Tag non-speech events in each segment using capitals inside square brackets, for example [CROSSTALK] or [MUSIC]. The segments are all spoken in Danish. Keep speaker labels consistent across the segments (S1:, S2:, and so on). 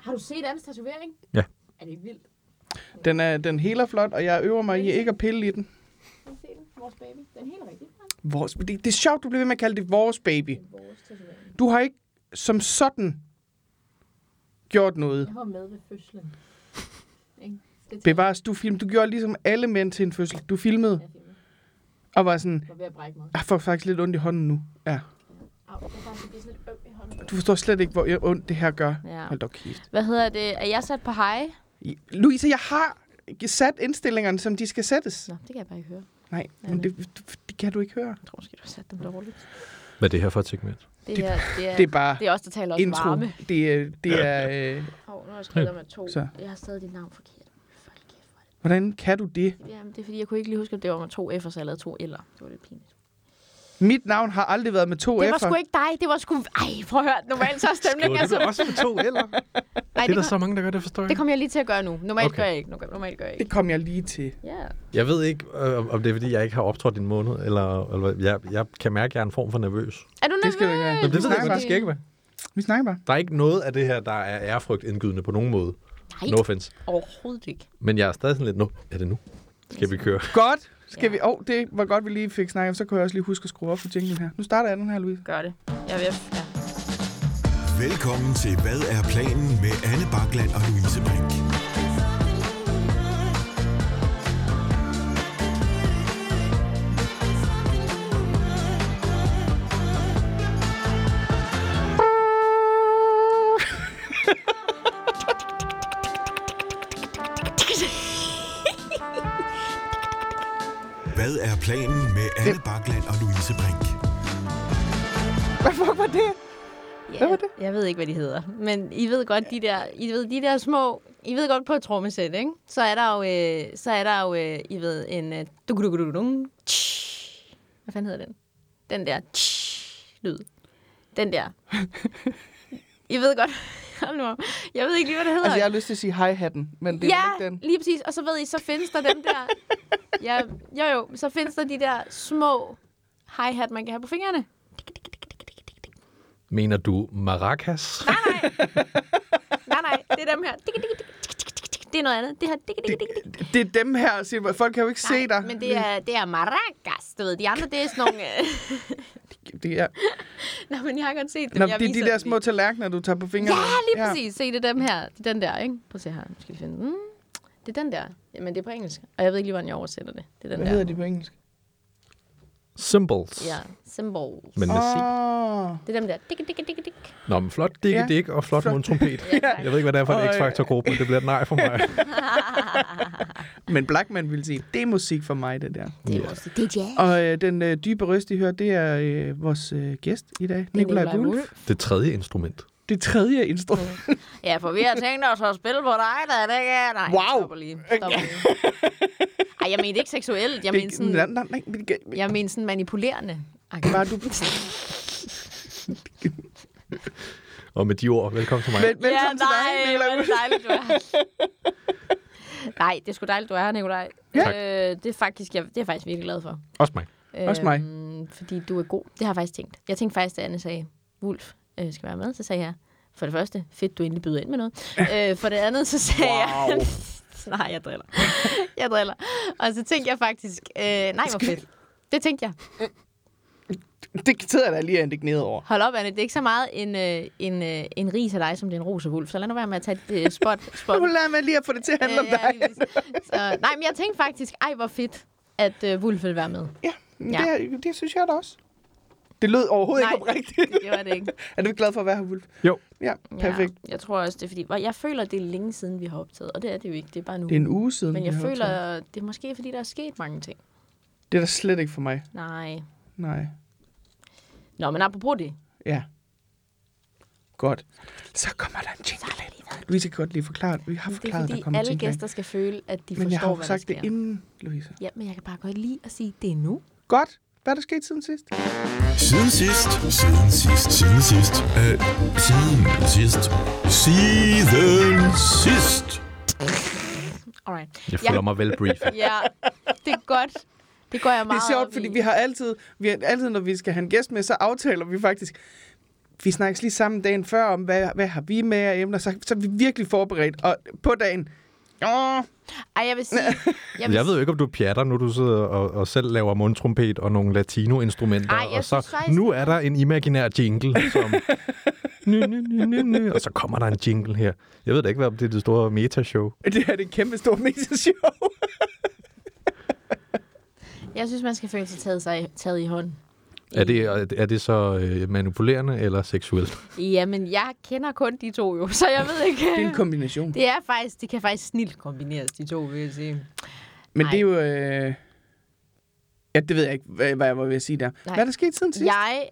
S1: Har du set Annes tatovering?
S2: Ja.
S1: Er det ikke vildt?
S3: Den er, den heler flot, og jeg øver mig i ikke at pille i den.
S1: Kan du se den? Vores baby. Den er helt rigtig.
S3: Vores, det, det er sjovt, du bliver ved med at kalde det vores baby.
S1: Vores tatovering.
S3: Du har ikke som sådan gjort noget.
S1: Jeg var med ved fødslen. Ikke? Det tager
S3: Bevares, du film. Du gjorde ligesom alle mænd til en fødsel. Du filmede
S1: jeg filmet.
S3: og var sådan,
S1: Jeg var ved at brække mig.
S3: jeg får faktisk lidt ondt i hånden nu. Ja.
S1: Au, jeg er faktisk blive sådan lidt øm i hånden.
S3: Du forstår slet ikke, hvor ondt det her gør.
S4: Ja.
S3: Hold da kæft.
S4: Hvad hedder det? Er jeg sat på hej?
S3: Louise, jeg har sat indstillingerne, som de skal sættes.
S4: Nå, det kan jeg bare ikke høre.
S3: Nej, men det, det kan du ikke høre.
S4: Jeg tror måske, du har sat dem dårligt.
S2: Hvad er det her for et segment?
S4: Det, her, det, er,
S3: Det er bare
S4: det er os, der taler også
S3: intro.
S4: varme.
S3: Det er, det er øh,
S4: Åh, oh, nu har jeg skrevet med to.
S3: Så.
S4: Jeg har stadig dit navn forkert. Fuck, kæft, hvor er det-
S3: hvordan kan du det?
S4: Jamen, det er fordi, jeg kunne ikke lige huske, om det var med to F'er, så jeg lavede to L'er. Det var lidt pinligt.
S3: Mit navn har aldrig været med to
S4: Det var
S3: F'er.
S4: sgu ikke dig. Det var sgu... Ej, prøv at høre. Normalt så er stemningen
S2: det
S4: altså...
S2: er også med to eller?
S4: Nej,
S2: Det
S4: det,
S2: er der
S4: kom,
S2: så mange, der gør det, forstår
S4: det
S2: jeg.
S4: kom jeg lige til at gøre nu. Normalt
S2: Mm. Okay.
S4: gør jeg ikke. Nu gør- Normalt gør jeg ikke.
S3: Det kom jeg lige til.
S4: Ja.
S2: Jeg ved ikke, øh, om- om det er, fordi jeg ikke har optrådt i en måned, eller, eller hvad. jeg, jeg kan mærke, at jeg er en form for nervøs.
S4: Er du nervøs?
S3: Det skal du ikke have.
S2: Men det ved jeg
S3: snakker
S2: ikke, hvad det skal ikke være.
S3: Vi snakker bare.
S2: Der er ikke noget af det her, der er ærefrygt indgydende på nogen måde.
S4: Nej,
S2: No offense.
S4: overhovedet ikke.
S2: Men jeg er stadig sådan lidt, nu er det nu? Skal vi køre?
S3: Godt. Skal
S4: Ja.
S3: ja. vi... Åh, oh, det var godt, vi lige fik snakket om. Så kunne jeg også lige huske at skrue op for jinglen her. Nu starter jeg den her, Louise.
S4: Gør det. Jeg vil... Ja.
S5: Velkommen til Hvad er planen med Anne Bakland og Louise Brink. Hvad er planen med Anne Bakland og Louise Brink?
S3: Hvad fuck var det?
S4: Hvad var det? Jeg ved ikke, hvad de hedder. Men I ved godt, de der, I ved, de der små... I ved godt på et trommesæt, ikke? Så er der jo, øh, så er der jo øh, I ved, en... Øh, dukudukudukudum. Tsh. hvad fanden hedder den? Den der tsh lyd. Den
S3: [LAUGHS]
S4: der. I ved godt... [LAUGHS] Hold nu op. Jeg ved ikke lige, hvad det hedder.
S3: Altså, jeg har lyst til at sige hi-hatten, men det er vel
S4: ja,
S3: ikke den.
S4: lige præcis. Og så ved I, så findes der dem der... ja, jo, jo, så findes der de der små hi-hat, man kan have på fingrene.
S2: Mener du maracas? Nej.
S4: Nej, nej, det er dem her. Tik, tik, tik, tik, tik, tik, tik. Det er noget andet. Det her. Tik, tik, tik, tik.
S3: Det er dem her, siger man. Folk kan jo ikke se dig.
S4: Men det er, det er maracas, du ved. De andre, det er sådan nogle... øh, [LAUGHS]
S3: Det er,
S4: Nå, men jeg har godt set dem.
S3: Nå,
S4: jeg
S3: det er
S4: viser
S3: de der
S4: dem
S3: små
S4: lige.
S3: tallerkener, du tager på fingrene.
S4: Ja, lige præcis. Se, det er dem her. Det er den der, ikke? Prøv at se her. Nu skal vi finde den. Mm. Det er den der. Jamen, det er på engelsk. Og jeg ved ikke lige, hvordan jeg oversætter det. Det er den
S3: Hvad
S4: der.
S3: hedder de på engelsk?
S2: Symbols.
S4: Ja, symbols.
S2: Men med C.
S3: Åh.
S4: Det er dem der. Dik, dik, dik, dik, dik.
S2: Nå, men flot dikke
S3: Ja.
S2: dik og flot mundtrompet. Jeg ved ikke, hvad det er for en
S3: Og, øh,
S2: X-Factor-gruppe, men det bliver et nej for mig.
S3: Men Blackman ville sige, det er musik for mig, det der.
S4: Det er også det er jazz.
S3: Og øh, den øh, dybe røst, I hører, det er øh, vores øh, gæst i dag, Nikolaj Wulff.
S2: Det tredje instrument.
S3: Det tredje instrument.
S4: Ja, for vi har tænkt os at spille på dig, da det ikke er... Nej,
S3: Wow.
S4: stopper lige. Stopper lige.
S3: [LAUGHS]
S4: Ej, jeg mener ikke seksuelt. Jeg mener
S3: Det,
S4: sådan...
S3: nej, nej, nej, men det kan-
S4: Jeg mener sådan manipulerende.
S3: Bare
S4: [LAUGHS]
S3: du...
S2: Og med de ord, velkommen til mig.
S3: Vel, velkommen til dig, Nikolaj
S4: hvor er
S3: Wulff.
S4: det dejligt, du er her.
S3: [LAUGHS]
S4: Nej, det er sgu dejligt, du er her, Nikolaj.
S2: Tak.
S4: Øh, det, er faktisk, jeg, det er jeg faktisk virkelig glad for.
S2: Også mig.
S3: Også mig.
S4: Øhm, fordi du er god. Det har jeg faktisk tænkt. Jeg tænkte faktisk, da Anne sagde, Wulf øh, skal være med, så sagde jeg, for det første, fedt, du endelig byder ind med
S3: [LAUGHS]
S4: noget. øh, for det andet, så sagde wow. jeg... [LAUGHS] nej, jeg driller. jeg driller. Og så tænkte jeg faktisk, øh, nej, hvor fedt. Det tænkte jeg.
S3: [LAUGHS] Det sidder jeg da lige og er indigneret over.
S4: Hold op, Anne. Det er ikke så meget en, øh, en, øh, en ris af dig, som det er en rose Wulf. Så lad nu være med at tage et øh,
S3: [LAUGHS]
S4: spot. spot.
S3: Nu lader man lige at få det til at handle om
S4: Øh, ja,
S3: dig.
S4: lige præcis. så, nej, men jeg tænkte faktisk, ej, hvor fedt, at øh, Wulf ville være med.
S3: Ja, men
S4: Ja.
S3: Det, er- det synes jeg da også. Det lød overhovedet
S4: Nej.
S3: ikke oprigtigt.
S4: Det var det ikke.
S3: [LAUGHS] Er du ikke glad for at være her, Wulf?
S2: Jo.
S3: Ja, perfekt.
S4: Ja, jeg tror også, det er fordi... og Jeg føler, det er længe siden, vi har optaget, og det er det jo ikke. Det er bare nu.
S3: Det er en uge siden.
S4: men jeg
S3: vi har
S4: føler,
S3: optaget.
S4: det er måske, fordi der er sket mange ting.
S3: Det er da slet ikke for mig.
S4: Nej.
S3: Nej.
S4: Nå, men apropos det.
S3: Ja. Godt. Så kommer der en jingle ind. Louise kan godt lige forklare. Vi har
S4: Det er
S3: forklaret, der
S4: fordi,
S3: kommer
S4: alle
S3: jingle ind.
S4: gæster skal føle, at de
S3: Men jeg har
S4: forstår,
S3: jo
S4: hvad der
S3: sagt
S4: sker.
S3: det inden, Louise.
S4: Ja, men jeg kan bare godt lide at sige, det er nu.
S3: Godt. Hvad er der sket siden sidst?
S5: Siden sidst, siden sidst, siden sidst, øh, siden sidst, siden sidst.
S4: Alright.
S2: Jeg føler mig vel briefet.
S4: Ja, det er godt. Det går jeg
S3: Det
S4: meget
S3: er sjovt,
S4: op
S3: fordi
S4: i.
S3: vi har altid, vi har altid, når vi skal have en gæst med, så aftaler vi faktisk, vi snakkes lige sammen dagen før om, hvad, hvad har vi med af emner, så, så er vi virkelig forberedt. Og på dagen, åh,
S4: Ej, jeg vil sige...
S3: [LAUGHS]
S4: Jeg, vil
S2: Altså, Jeg ved jo ikke, om du pjatter, nu du sidder og, og selv laver mundtrompet og nogle latino-instrumenter.
S4: Ej, jeg
S2: og så,
S4: synes faktisk-
S2: nu er der en imaginær jingle,
S4: [LAUGHS]
S2: som... ny, ny, ny, ny, ny, og så kommer der en jingle her. Jeg ved da ikke, hvad om det er det store metashow.
S3: det her det er et kæmpe stort
S4: [LAUGHS]
S3: metashow.
S4: jeg synes, man skal føle sig taget, sig, taget i hånden.
S2: Er det, er det så øh, manipulerende eller seksuelt?
S4: Jamen, jeg kender kun de to jo, [LAUGHS] så jeg ved ikke...
S3: Det er en kombination.
S4: Det er faktisk, det kan faktisk snilt kombineres, de to, vil jeg sige.
S3: Men
S4: Nej.
S3: det er jo... Øh... Ja, det ved jeg ikke, hvad, hvad jeg var ved at sige der. Nej.
S4: Nej.
S3: Hvad er der sket siden sidst?
S4: Jeg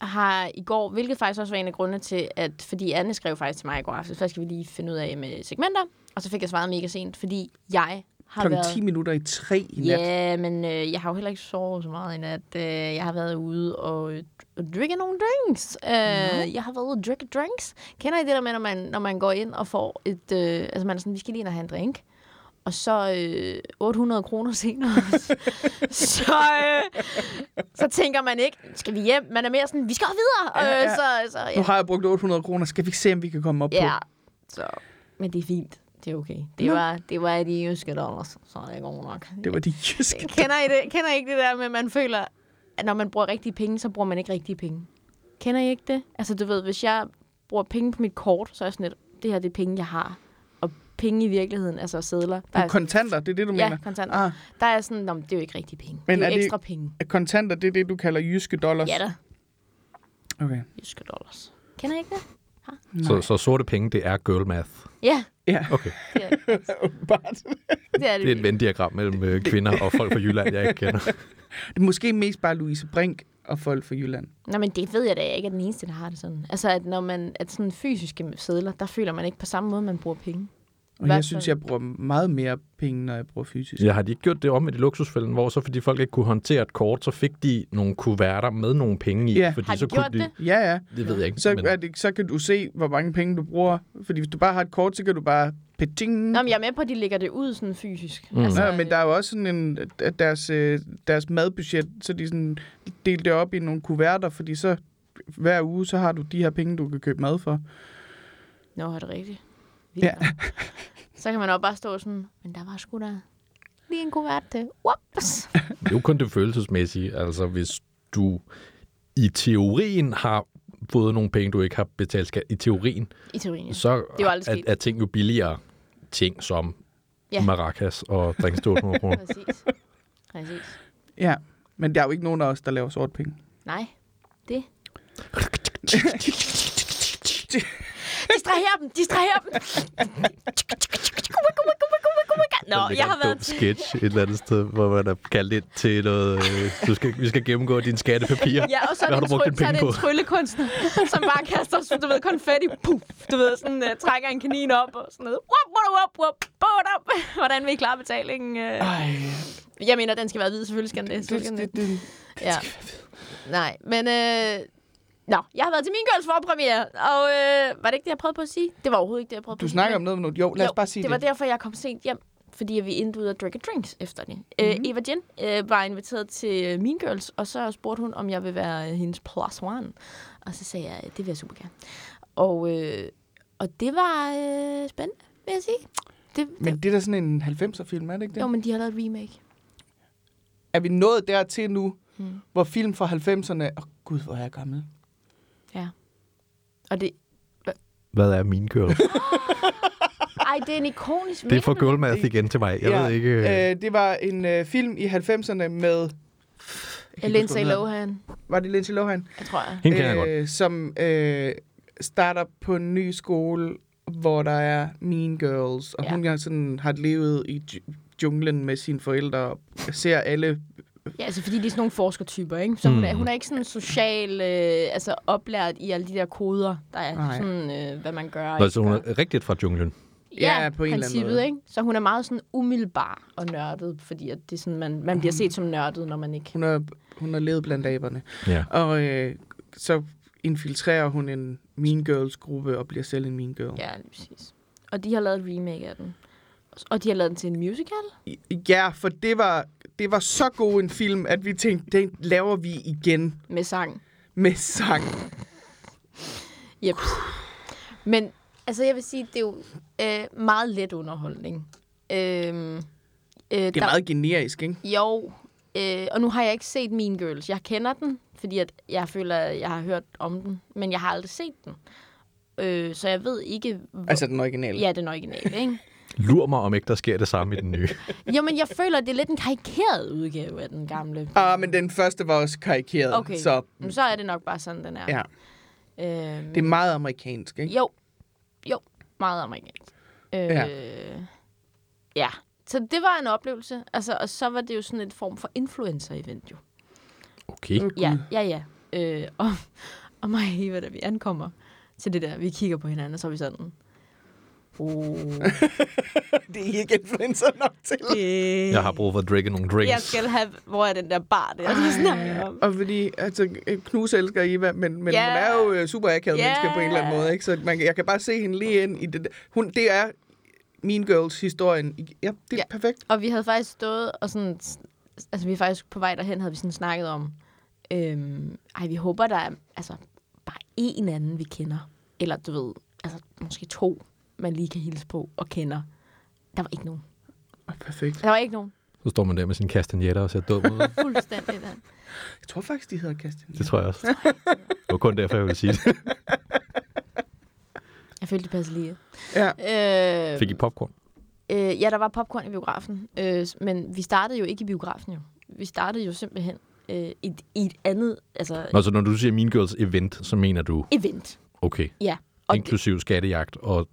S4: har i går, hvilket faktisk også var en af grundene til, at fordi Anne skrev faktisk til mig i går aftes, så skal vi lige finde ud af med segmenter, og så fik jeg svaret mega sent, fordi jeg har
S3: Klokken
S4: været...
S3: 10 minutter i 3 i nat.
S4: Ja, men øh, jeg har jo heller ikke sovet så meget i nat. Øh, jeg har været ude og, øh, og drikke nogle drinks. Øh, Jeg har været ude og drikke drinks. Kender I det der med, når man, når man går ind og får et... Øh, altså man er sådan, vi skal lige ind og have en drink. Og så øh, 800 kroner senere, [LAUGHS] så, øh, så tænker man ikke, skal vi hjem? Man er mere sådan, vi skal videre!
S3: Ja,
S4: Ja, ja.
S3: ja.
S4: Øh, så, så,
S3: Nu
S4: ja.
S3: har jeg brugt 800 kroner. Skal vi ikke se, om vi kan komme op
S4: ja.
S3: på?
S4: Så. Men det er fint. Det er okay. Det var, det var de jyske dollars, så er det god nok.
S3: Det var de jyske.
S4: [LAUGHS] Kender I, det? Kender I ikke det der med, at man føler, at når man bruger rigtige penge, så bruger man ikke rigtige penge? Kender I ikke det? Altså, du ved, hvis jeg bruger penge på mit kort, så er jeg sådan lidt, det her det er penge, jeg har. Og penge i virkeligheden, altså sedler. Der er,
S3: Kontanter, det er det, du
S4: ja,
S3: mener?
S4: kontanter.
S3: Ah,
S4: Der er jeg sådan, Nå, men det er jo ikke rigtige penge.
S3: Men
S4: det er
S3: er
S4: jo
S3: det-
S4: ekstra penge.
S3: kontanter, det er det, du kalder jyske dollars?
S4: Ja da,
S3: Okay.
S4: jyske dollars. Kender I ikke det?
S2: Så, så sorte penge, det er girl math.
S4: Ja,
S3: Ja, [LAUGHS]
S2: Okay,
S4: det er det.
S3: åbenbart.
S4: Det er det.
S2: det er et venn-diagram mellem øh, kvinder og folk fra Jylland, jeg ikke kender.
S3: Det er måske mest bare Louise Brink og folk fra Jylland.
S4: Nå, men det ved jeg da jeg ikke, er den eneste, der har det sådan. Altså, at når man at sådan fysiske sedler, der føler man ikke på samme måde, man bruger penge.
S3: Og
S4: Hvad
S3: jeg
S4: så?
S3: synes, jeg bruger meget mere penge, når jeg bruger fysisk.
S2: [LAUGHS] Ja, har de ikke gjort det om i luksusfælden, hvor så fordi folk ikke kunne håndtere et kort, så fik de nogle kuverter med nogle penge i?
S3: Ja.
S2: fordi
S4: Har de
S2: så
S4: gjort
S2: kunne de,
S4: det?
S3: Ja, ja.
S2: Det ved jeg ikke.
S3: Så, er det, så kan du se, hvor mange penge du bruger. Fordi hvis du bare har et kort, så kan du bare... Peting.
S4: Nå, men jeg er med på, at de lægger det ud sådan fysisk. Altså,
S2: Mm.
S3: Nå, men der er jo også sådan en, at deres, øh, deres madbudget, så de sådan delte det op i nogle kuverter, fordi så hver uge, så har du de her penge, du kan købe mad for.
S4: Nå, er det rigtigt? Vildt
S3: Ja.
S4: nok. Så kan man også bare stå sådan, men der var sgu da lige en kuvert til. Whoops!
S2: Det er jo kun det følelsesmæssige. Altså, hvis du i teorien har fået nogle penge, du ikke har betalt skat, i teorien,
S4: I teorien, ja.
S2: så
S4: jo aldrig
S2: er,
S4: sket.
S2: er ting jo billigere. Ting som
S4: Ja.
S2: ja. maracas og drinks til 800
S4: [LAUGHS]
S2: kroner.
S4: Præcis. Præcis.
S3: Ja, men der er jo ikke nogen af os, der laver sort penge.
S4: Nej, det. Distraher dem, distraher
S2: [LAUGHS]
S4: dem. Nå,
S2: Der
S4: jeg
S2: ligger
S4: har
S2: en dum
S4: været...
S2: sketch et eller andet sted, hvor man er kaldt ind til noget... Øh, du skal, vi skal gennemgå dine skattepapirer.
S4: Ja, og så er
S2: Hvad
S4: det, en,
S2: har du brugt
S4: tryl,
S2: dine
S4: så er
S2: penge
S4: det
S2: på?
S4: en tryllekunstner, [LAUGHS] som bare kaster, du ved, konfetti, puff, du ved, sådan, uh, trækker en kanin op og sådan noget. Wop, wop, wop, wop, bot op. [LAUGHS] Hvordan vil I klare betalingen? Uh...
S3: Ej,
S4: Jeg mener, den skal være hvid, selvfølgelig skal den det.
S3: det, det, det,
S4: Ja. Nej, men... Øh... Nå, jeg har været til min girls forpremiere, og øh, var det ikke det, jeg prøvede på at sige? Det var overhovedet ikke det, jeg prøvede på
S3: du
S4: at sige.
S3: snakker om noget med noget. Jo, lad os
S4: Jo,
S3: bare sige
S4: det
S3: det.
S4: var derfor, jeg kom sent hjem, fordi vi endte ud og drikke drinks efter det.
S3: Mhm.
S4: Mm-hmm. Øh, Eva Jen øh, var inviteret til øh, Mean Girls, og så spurgte hun, om jeg ville være øh, hendes plus one. Og så sagde jeg, "Øh, det vil jeg super gerne. Og, øh, og det var øh, spændende, vil jeg sige. Det, det,
S3: Men det er da sådan en 90'er-film, er det ikke det?
S4: jo, men de har lavet et remake.
S3: Er vi nået dertil nu, hmm. hvor film fra 90'erne... Åh, oh, gud, hvor er jeg gammel.
S4: Ja. Og det,
S2: Hvad er min girl?
S4: ej, det er en ikonisk
S2: Det er for girl math igen til mig. Jeg ja, ved ikke... Øh,
S3: Øh, det var en øh, film i 90'erne med...
S4: Øh, Lindsay Lohan,
S3: Var det Lindsay Lohan? Øh,
S4: jeg tror jeg.
S2: hende kender jeg godt.
S3: Som øh, starter på en ny skole, hvor der er mean girls, og
S4: Ja.
S3: ja. hun har sådan, har levet i ju- junglen med sine forældre, og ser alle...
S4: Ja, altså fordi de er sådan nogle forskertyper, ikke? Så mm. hun, er, hun er ikke sådan social, øh, altså oplært i alle de der koder, der er
S3: Nej.
S4: Nej. sådan, øh, hvad man gør. og
S2: Nå,
S4: ikke
S2: så hun
S4: gør.
S2: er rigtigt fra junglen.
S3: Ja, på en eller anden
S4: princippet,
S3: måde.
S4: Ikke? Så hun er meget sådan umiddelbar og nørdet, fordi at det er sådan, man, man
S3: Mm.
S4: bliver set som nørdet, når man ikke...
S3: Hun har, hun har levet blandt aberne.
S2: Ja.
S3: Og øh, så infiltrerer hun en mean girls-gruppe og bliver selv en mean girl.
S4: Ja, lige præcis. Og de har lavet et remake af den. Og de har lavet den til en musical.
S3: Ja, for det var, det var så god en film, at vi tænkte, den laver vi igen
S4: Med sang.
S3: med sang.
S4: Yep. Men altså, jeg vil sige, det er jo øh, meget let underholdning. Øh, øh,
S3: Det er meget generisk, ikke?
S4: Jo, øh, og nu har jeg ikke set Mean Girls. Jeg kender den, fordi at jeg føler, at jeg har hørt om den, men jeg har aldrig set den. Øh, så jeg ved ikke... Hvor...
S3: Altså den originale.
S4: Ja, den originale, ikke?
S2: Lur mig, om ikke der sker det samme i den
S4: [LAUGHS]
S2: nye.
S4: Jo, men jeg føler, at det er lidt en karikeret udgave af den gamle.
S3: Ah, men den første var også karikeret,
S4: Okay,
S3: så
S4: Jamen, så er det nok bare sådan, den er.
S3: ja.
S4: Øhm,
S3: Det er meget amerikansk, ikke?
S4: Jo, jo, meget amerikansk. Øh,
S3: Ja.
S4: ja. ja. Så det var en oplevelse, altså, og så var det jo sådan et form for influencer-event jo.
S2: Okay.
S4: Ja, ja, ja. Øh, [LAUGHS] og, og mig og Eva, da vi ankommer til det der, vi kigger på hinanden, og så er vi sådan, oh,
S3: [LAUGHS]
S4: [LAUGHS]
S3: Det er I ikke influencer nok til.
S4: det...
S2: Jeg har brug for at drikke nogle drinks.
S4: jeg skal have, hvor er den der bar der, vi snakker om.
S3: Og fordi, altså, Knus elsker Eva, men, men
S4: Ja.
S3: hun er jo øh, super akavet
S4: Ja.
S3: menneske på en eller anden måde, ikke? Så man, kan- jeg kan bare se hende lige ind i det. der. Hun, det er Mean Girls-historien. i- Ja, det er
S4: Ja.
S3: ja. perfekt.
S4: Og vi havde faktisk stået og sådan... Altså, vi er faktisk på vej derhen, havde vi sådan snakket om... Øhm, ej, vi håber, der er altså, bare en anden, vi kender. Eller du ved, altså måske to, man lige kan hilse på og kender. Der var ikke nogen.
S3: Oh, perfekt.
S4: Der var ikke nogen.
S2: Så står man der med sin kastanjetter og ser dum ud.
S4: Fuldstændig den.
S3: Jeg tror faktisk, de hedder Kastanien.
S2: Det tror jeg også. Det var kun derfor, jeg ville sige det.
S4: Jeg følte, det passede lige.
S3: Ja.
S4: Øh,
S2: Fik I popcorn?
S4: øh, ja, der var popcorn i biografen. Øh, men vi startede jo ikke i biografen, jo. Vi startede jo simpelthen øh, i, et- i et andet altså,
S2: Nå, så når du siger Mean Girls event, så mener du,
S4: event.
S2: okay,
S4: Ja. Og det,
S2: inklusiv skattejagt, og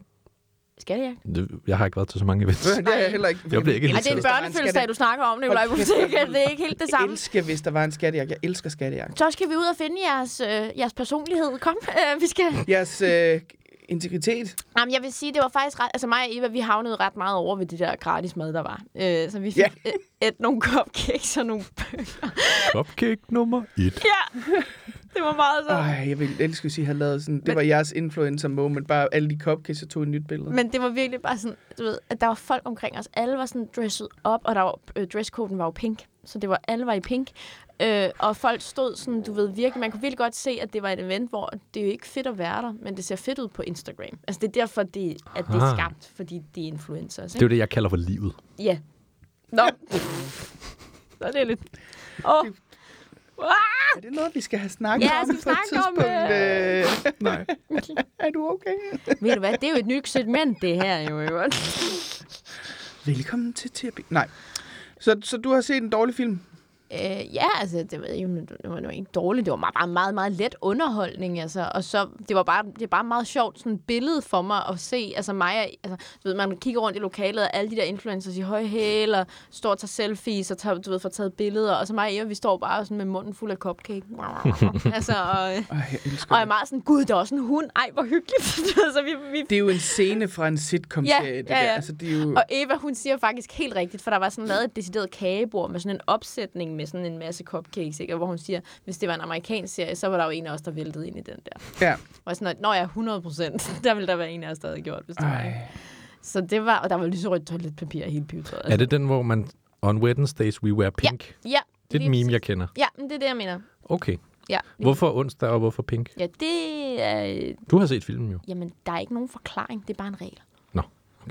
S4: skal jeg?
S2: det- jeg har ikke været til så mange events.
S3: Det er jeg heller ikke.
S2: Jeg blev ikke
S4: Ej, det er en
S2: inviteret.
S4: børnefødselsdag, du snakker om, Nicolaj
S3: Hold kæft,
S4: Butik.
S3: jeg
S4: Det er ikke helt det
S3: Jeg
S4: samme.
S3: elsker, hvis der var en skattejagt. Jeg elsker skattejagt.
S4: Så skal vi ud og finde jeres, øh, jeres personlighed. Kom, øh, vi skal...
S3: Jeres øh, integritet.
S4: Jamen, jeg vil sige, det var faktisk ret... Altså mig og Eva, vi havnede ret meget over ved det der gratis mad, der var. Øh, så vi fik
S3: Ja.
S4: yeah. et, nogle cupcakes og nogle [LAUGHS] bøger.
S2: Cupcake nummer et.
S4: ja, det var meget så.
S3: Ej, jeg ville elske, hvis I havde lavet sådan... Det var jeres influencer moment. Bare alle de cupcakes, jeg tog et nyt billede.
S4: Men det var virkelig bare sådan, du ved, at der var folk omkring os. Alle var sådan dresset op, og der var, øh, dresskoden var jo pink. Så det var, alle var i pink. Øh, og folk stod sådan, du ved virkelig, man kunne virkelig godt se, at det var et event, hvor det er jo ikke fedt at være der, men det ser fedt ud på Instagram. Altså det er derfor, det, at det er
S2: Ah.
S4: skabt, fordi de er influencers.
S2: Det er
S4: Ikke?
S2: jo det, jeg kalder for livet.
S4: Ja. Nå. Så er det lidt... Åh, oh,
S3: Er det noget, vi skal have snakket
S4: Ja,
S3: om
S4: skal vi
S3: på et
S4: snakke om,
S3: tidspunkt? øh... Nej. [LAUGHS] er du okay?
S4: ved du hvad, det er jo et nyt segment, det her jo. Ikke?
S3: Velkommen til terapi. Nej. Så, så du har set en dårlig film?
S4: Øh, ja, altså, det, ved jeg, men det var, det var ikke dårligt. Det var meget, meget, meget, meget let underholdning, altså. Og så, det var bare, det er bare meget sjovt sådan et billede for mig at se. Altså mig, og- altså, du ved, man kigger rundt i lokalet, og alle de der influencers i høje hæle, og står og tager selfies, og tager, du ved, får taget billeder. Og så mig og Eva, vi står bare sådan med munden fuld af cupcake. [LAUGHS] altså, og,
S3: Ej, jeg
S4: og jeg
S3: elsker
S4: er
S3: det.
S4: meget sådan, gud, der er også en hund. Ej, hvor hyggeligt. [LAUGHS] så vi, vi
S3: Det er jo en scene fra en sitcom
S4: Ja,
S3: serie det
S4: ja,
S3: der.
S4: ja.
S3: Altså, det er jo...
S4: Og Eva, hun siger faktisk helt rigtigt, for der var sådan lavet et decideret kagebord med sådan en opsætning med sådan en masse cupcakes, ikke? Og hvor hun siger, hvis det var en amerikansk serie, så var der jo en af os, der væltede ind i den der.
S3: Ja.
S4: Og sådan, når jeg er 100 procent, [LAUGHS] der ville der være en af os, der havde gjort, hvis det var.
S3: Ej.
S4: Så det var, og der var lyserødt toiletpapir i hele pivetøjet.
S2: Er det den, hvor man on Wednesdays we wear pink?
S4: Ja.
S2: Det er
S4: lige
S2: et meme, jeg
S4: præcis.
S2: kender.
S4: Ja, men det er det, jeg mener.
S2: Okay.
S4: Ja, lige-
S2: Hvorfor onsdag og hvorfor pink?
S4: ja det er... øh,
S2: Du har set filmen jo.
S4: Jamen, der er ikke nogen forklaring. Det er bare en regel.
S2: Nå,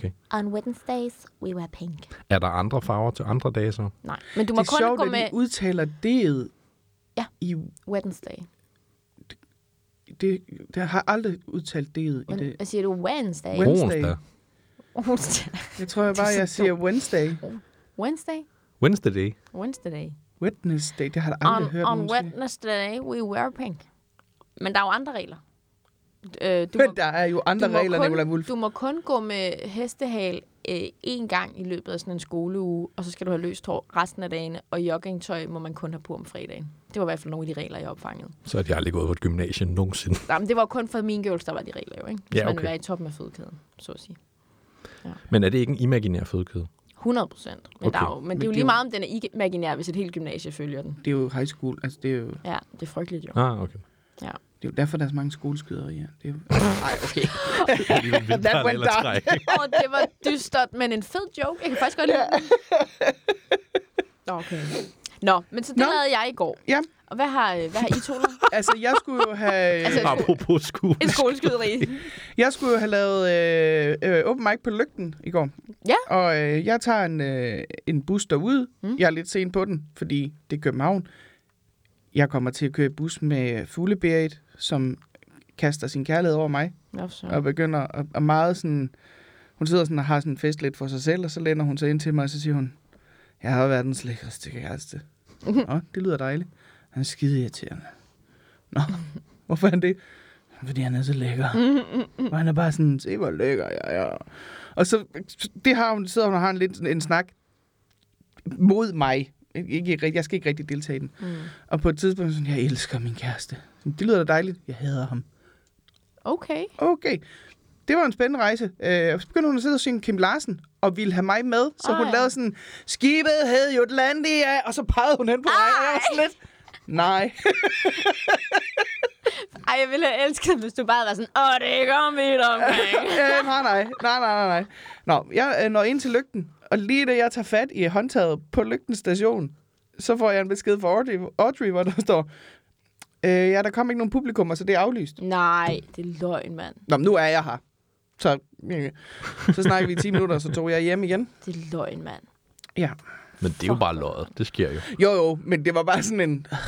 S2: okay.
S4: On Wednesdays, we wear pink.
S2: Er der andre farver til andre dage så?
S4: Nej, men du
S3: Det
S4: må
S3: er
S4: kun
S3: sjovt,
S4: gå
S3: at
S4: med
S3: de udtaler det
S4: Ja.
S3: i...
S4: Wednesday.
S3: Det, der har aldrig udtalt det i det.
S4: Hvad siger du? Wednesday?
S3: Wednesday.
S2: Onsdag.
S4: Wednesday.
S3: Jeg tror jeg bare, jeg siger Wednesday.
S4: [LAUGHS] Wednesday?
S2: Wednesday day.
S4: Wednesday.
S3: Wednesday, det har jeg aldrig
S4: On,
S3: hørt
S4: on
S3: nogensinde.
S4: Wednesday, we wear pink. Men der er jo andre regler. Øh, du, må,
S3: Men [LAUGHS] der er jo andre
S4: du, må
S3: regler, Nicolai
S4: kun,
S3: Wulff.
S4: du må kun gå med hestehal øh, én gang i løbet af sådan en skoleuge, og så skal du have løst hår resten af dagen, og joggingtøj må man kun have på om fredagen. Det var i hvert fald nogle af de regler, jeg opfangede.
S2: Så har de aldrig gået på et gymnasie nogensinde.
S4: Jamen, det var kun for min girls, der var de regler jo, ikke? Hvis
S2: Ja,
S4: man vil
S2: okay.
S4: være i toppen af fødekæden, så at sige.
S2: Men er det ikke en imaginær fødekæde?
S4: 100 procent. Men,
S2: Okay.
S4: okay. men, men det er jo
S3: det
S4: lige
S3: er jo-
S4: meget, om den er imaginær, hvis et helt gymnasie følger den.
S3: Det er jo high school. Altså, det er jo...
S4: Ja, det er frygteligt jo.
S2: Ah, okay.
S4: Ja.
S3: Det er jo derfor, der er så mange skoleskyderier. Det er jo... Ej, okay. [LAUGHS]
S2: That
S3: went down.
S4: Åh, det var dystert, men en fed joke. Jeg kan faktisk godt lide den. Nå, okay. Nå, men så det
S3: Nå.
S4: lavede jeg i går.
S3: Ja.
S4: Og hvad har, øh, hvad har I to lavet?
S3: Altså, jeg skulle jo have,
S4: Altså,
S3: altså,
S2: Apropos
S3: [LAUGHS]
S2: skud.
S4: [LAUGHS] En skoleskyderi.
S3: jeg skulle jo have lavet øh, øh, open mic på lygten i går.
S4: Ja.
S3: Og øh, jeg tager en, øh, en bus derud.
S4: Mm.
S3: Mm. Jeg er lidt sen på den, fordi det er København. Jeg kommer til at køre i bus med Fugleberit, som kaster sin kærlighed over mig.
S4: Nå, så.
S3: og begynder at, at meget sådan... Hun sidder sådan og har sådan en fest lidt for sig selv, og så læner hun sig ind til mig, og så siger hun, jeg har verdens lækreste kæreste. Nå, det lyder dejligt. Han er skide irriterende. Nå, [LAUGHS] hvorfor er han det? Fordi han er så lækker. Og han er bare sådan, se hvor lækker jeg er. Og så det har hun, sidder hun og har en, lidt, en snak mod mig. Ikke, rigtig- jeg skal ikke rigtig deltage i den. Mm. Og på et tidspunkt er hun sådan, jeg elsker min kæreste. Det lyder da dejligt. Jeg hader ham.
S4: Okay.
S3: Okay. Det var en spændende rejse. Øh, og så begyndte hun at sidde og synge Kim Larsen, og ville have mig med. Så hun
S4: Ej.
S3: lavede sådan, skibet hed Jutlandia, og så pegede hun hen på mig, og jeg var sådan lidt, nej. [LAUGHS]
S4: Ej, jeg ville have elsket, hvis du bare var sådan, åh, det går midt omkring.
S3: øh, nej, nej, nej, nej, nej, nej. Nå, jeg øh, når ind til lygten, og lige da jeg tager fat i håndtaget på lygten station, så får jeg en besked fra Audrey, Audrey hvor der står, øh, ja, der kom ikke nogen publikum, så det er aflyst.
S4: [LAUGHS] Nej, det er løgn, mand.
S3: Nå, men nu er jeg her. Så, øh, så snakker vi i 10 minutter, og så tog jeg hjem igen.
S4: Det er løgn, mand.
S3: Ja.
S2: Men det er jo bare løjet. Det sker jo.
S3: Jo, jo, men det var bare sådan en... "Ah,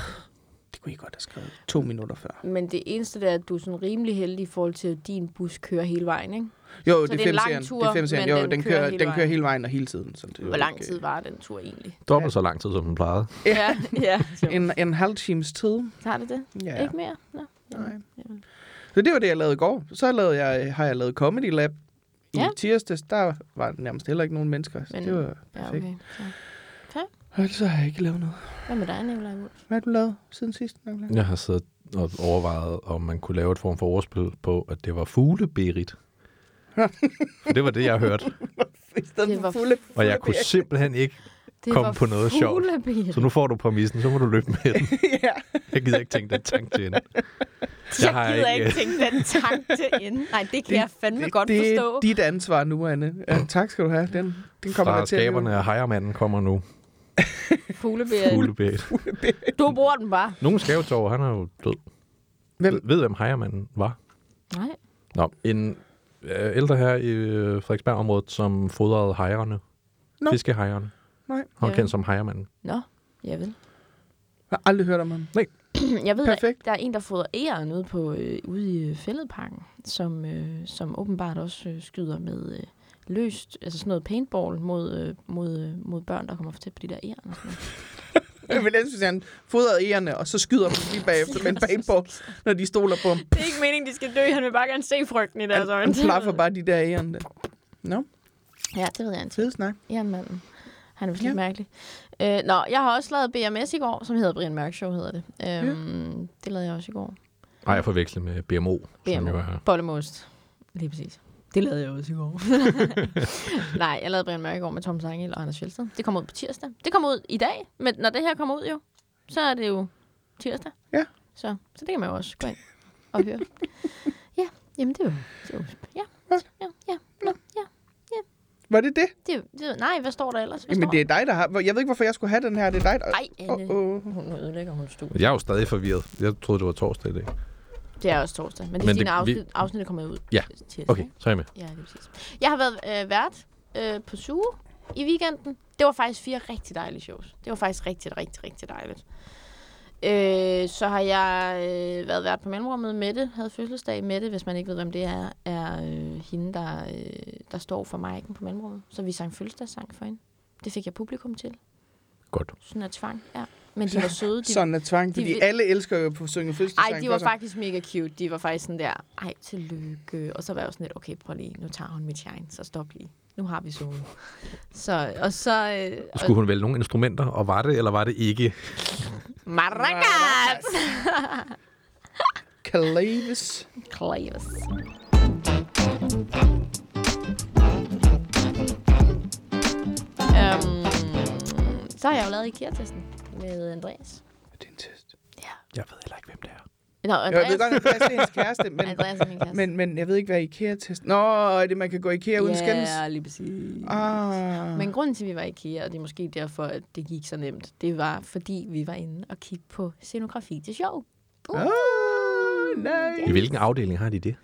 S3: Det kunne I godt have skrevet to minutter før.
S4: Men det eneste der er, at du er sådan rimelig heldig i forhold til, at din bus kører hele vejen, ikke?
S3: Jo,
S4: det er en
S3: det er
S4: lang
S3: 5
S4: tur,
S3: Det er fem serien.
S4: men
S3: Jo,
S4: den
S3: den
S4: kører
S3: kører,
S4: hele
S3: den kører
S4: vejen.
S3: hele vejen og hele tiden. Så det er
S4: Hvor lang
S3: okay.
S4: tid var den tur egentlig?
S2: Dobbelt så lang tid, som den plejede.
S4: Ja, ja. [LAUGHS] ja.
S3: En, en halv times tid.
S4: Tager det det?
S3: Ja.
S4: Ikke mere? Nå.
S3: Nej. Så det var det, jeg lavede i går. Så lavede jeg, har jeg lavet Comedy Lab i
S4: Ja.
S3: tirsdags. Der var nærmest heller ikke nogen mennesker. Så
S4: Men-
S3: det var
S4: Ja,
S3: perfekt.
S4: okay. Så.
S3: Og ellers så har jeg ikke lavet noget.
S4: Hvad med dig, Nicolaj Wulff?
S3: Hvad har du lavet siden sidst? Nicolaj?
S2: Jeg har siddet og overvejet, om man kunne lave et form for overspil på, at det var
S3: [LAUGHS]
S2: fugleberit. det var det, jeg hørte.
S3: I stedet
S4: Det
S3: for
S4: var
S3: fulde,
S2: Og jeg kunne simpelthen ikke
S4: Det
S2: Kom på noget sjovt.
S4: fuglebirte.
S2: Så nu får du præmissen, så må du løbe med den.
S3: [LAUGHS] ja.
S2: Jeg gider ikke tænke den tanke til hende.
S4: Jeg, jeg gider ikke tænke den tanke til ende. Nej, det kan det, jeg fandme det, godt
S3: det,
S4: forstå.
S3: Det er dit ansvar nu, Anne. Ja, tak skal du have. Den, den kommer
S2: Fra
S3: der til at leve.
S2: skaberne af Hejermanden kommer nu.
S4: Fuglebirte.
S2: Fugleberit.
S4: Du bruger den bare.
S2: Nogen skævetår, han er jo død.
S3: Hvem?
S2: Ved, hvem Hejermanden var?
S4: Nej.
S2: Nå, en øh, ældre her i øh, Frederiksberg-området, som fodrede hejerne.
S3: Nå.
S2: Fiskehejerne.
S3: Nej.
S2: Han
S4: Ja.
S2: ja. kendt som Hejermanden.
S4: Nå, jeg ved. [CLEARS THROAT]
S3: Jeg har aldrig hørt om ham.
S4: Jeg ved, at
S3: Perfekt.
S4: der er en, der fodrer æren ude, på, øh, ude i øh, fældeparken, som, øh, som åbenbart også øh, skyder med øh, løst, altså sådan noget paintball mod, øh, mod, øh, mod børn, der kommer for tæt på de der æren. Og sådan noget.
S3: Jeg vil elske, hvis han fodrede egerne, og så skyder dem lige bagefter
S4: [LAUGHS]
S3: med en paintball, når de stoler på ham.
S4: Det er ikke meningen, de skal dø. Han vil bare gerne se frygten i
S3: Han, han flaffer bare de der æren der. Nå,
S4: Ja, det ved jeg ikke.
S3: fed snak.
S4: Jernmanden. Han er vist
S3: Ja.
S4: lidt mærkelig. Øh, nå, jeg har også lavet BMS i går, som hedder Brian Mørk Show, hedder det. Øhm, Det lavede jeg også i går.
S2: Nej, jeg forvekslet med BMO. Som jo
S4: BMO.
S2: er,
S4: Bollemost. Lige præcis. Det lavede jeg også i går. [LAUGHS] Nej, jeg lavede Brian Mørk i går med Tom Sangel og Anders Fjeldsted. Det kommer ud på tirsdag. Det kommer ud i dag, men når det her kommer ud jo, så er det jo tirsdag.
S3: Ja.
S4: Så, så det kan man jo også gå ind og høre. ja, jamen det var det var, ja, ja, ja, nå, ja.
S3: Var det det?
S4: Det, det, nej, hvad står der ellers? Hvad
S3: Jamen,
S4: står
S3: det er dig, der har... Jeg ved ikke, hvorfor jeg skulle have den her. Det er dig, der...
S4: der? Ej, Anne.
S3: Åh, åh.
S4: Hun ødelægger hun stue.
S2: jeg er jo stadig forvirret. Jeg troede, det var torsdag i dag.
S4: Det er også torsdag, men det er
S2: Men
S4: fordi, når
S2: det- vi-
S4: afsnit, afsnittet kommer ud
S2: Ja,
S4: tirsdag.
S2: Okay, så er jeg med.
S4: Ja, det er præcis. Jeg har været øh, vært øh, på suge i weekenden. Det var faktisk fire rigtig dejlige shows. Det var faktisk rigtig, rigtig, rigtig dejligt. Øh, så har jeg øh, været vært på mellemrummet. Mette havde fødselsdag. Mette, hvis man ikke ved, hvem det er, er øh, hende, der, øh, der står for mic'en på mellemrummet. Så vi sang fødselsdagssang for hende. Det fik jeg publikum til.
S2: Godt.
S4: Sådan er tvang, ja. Men de var søde. De,
S3: Sådan er tvang,
S4: de
S3: fordi
S4: vil-
S3: alle elsker jo på at synge fødselsdagssang.
S4: ej, de var faktisk mega cute. De var faktisk sådan der, ej, tillykke. Og så var jeg jo sådan lidt, okay, prøv lige, nu tager hun mit shine, så stop lige. Nu har vi solen. Så, og så... Øh,
S2: Skulle hun vælge nogle instrumenter, og var det, eller var det ikke?
S4: og, maracas!
S3: Kalavis.
S4: Klaves. Øhm, så har jeg jo lavet IKEA-testen med Andreas.
S3: Er det en test?
S2: Jeg ved heller ikke, hvem det er.
S4: Nå,
S3: Jo, jeg ved
S4: Andreas,
S3: godt, at Andreas er hendes kæreste, men,
S4: Andreas er min kæreste.
S3: men, men jeg ved ikke, hvad IKEA-test... Nå, er det, man kan gå i IKEA uden skændes?
S4: Ja, lige præcis.
S3: Ah.
S4: Men grunden til, at vi var i IKEA, og det er måske derfor, at det gik så nemt, det var, fordi vi var inde og kigge på scenografi til sjov.
S3: Åh, Ah, nej.
S2: I hvilken afdeling har de det?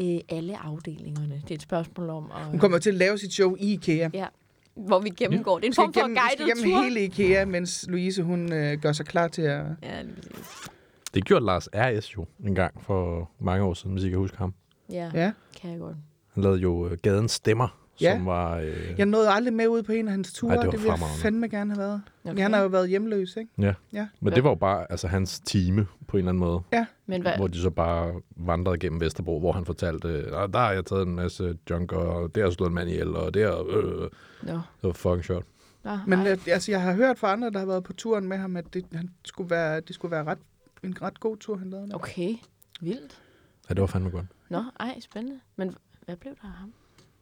S4: Øh, alle afdelingerne. Det er et spørgsmål om... Og,
S3: Hun kommer til at lave sit show i IKEA.
S4: Ja, hvor vi gennemgår. Det er en
S3: Vi skal
S4: form for
S3: igennem, vi skal
S4: guided
S3: igennem
S4: tur.
S3: hele IKEA, mens Louise hun øh, gør sig klar til at...
S4: Ja, lige præcis.
S2: Det gjorde Lars R.S. jo en gang for mange år siden, hvis I kan huske ham.
S4: Ja, ja,
S3: Ja.
S4: kan jeg godt.
S2: Han lavede jo øh, Gaden Stemmer,
S3: Ja.
S2: som var... Øh,
S3: Jeg nåede aldrig med ud på en af hans ture,
S2: Ej, det var
S3: det, det ville jeg
S2: fremragende.
S3: fandme gerne have været. Okay.
S4: Okay.
S3: Han har jo været hjemløs, ikke?
S2: ja.
S3: Ja.
S2: Men det var jo bare altså, hans time på en eller anden måde.
S4: Men hvad,
S2: Hvor de så bare vandrede gennem Vesterbro, hvor han fortalte, "Ah, der har jeg taget en masse junk, og der har jeg slået en mand ihjel, og der... Øh.
S4: Nå.
S2: Det var fucking sjovt.
S4: Nå,
S3: Men
S4: ej.
S3: øh, altså, jeg har hørt fra andre, der har været på turen med ham, at det, han skulle være, det skulle være ret, en ret god tur, han lavede. der.
S4: Okay, vildt.
S2: Ja, det var fandme godt.
S4: Nå, ej, spændende. Men h- hvad blev der af ham?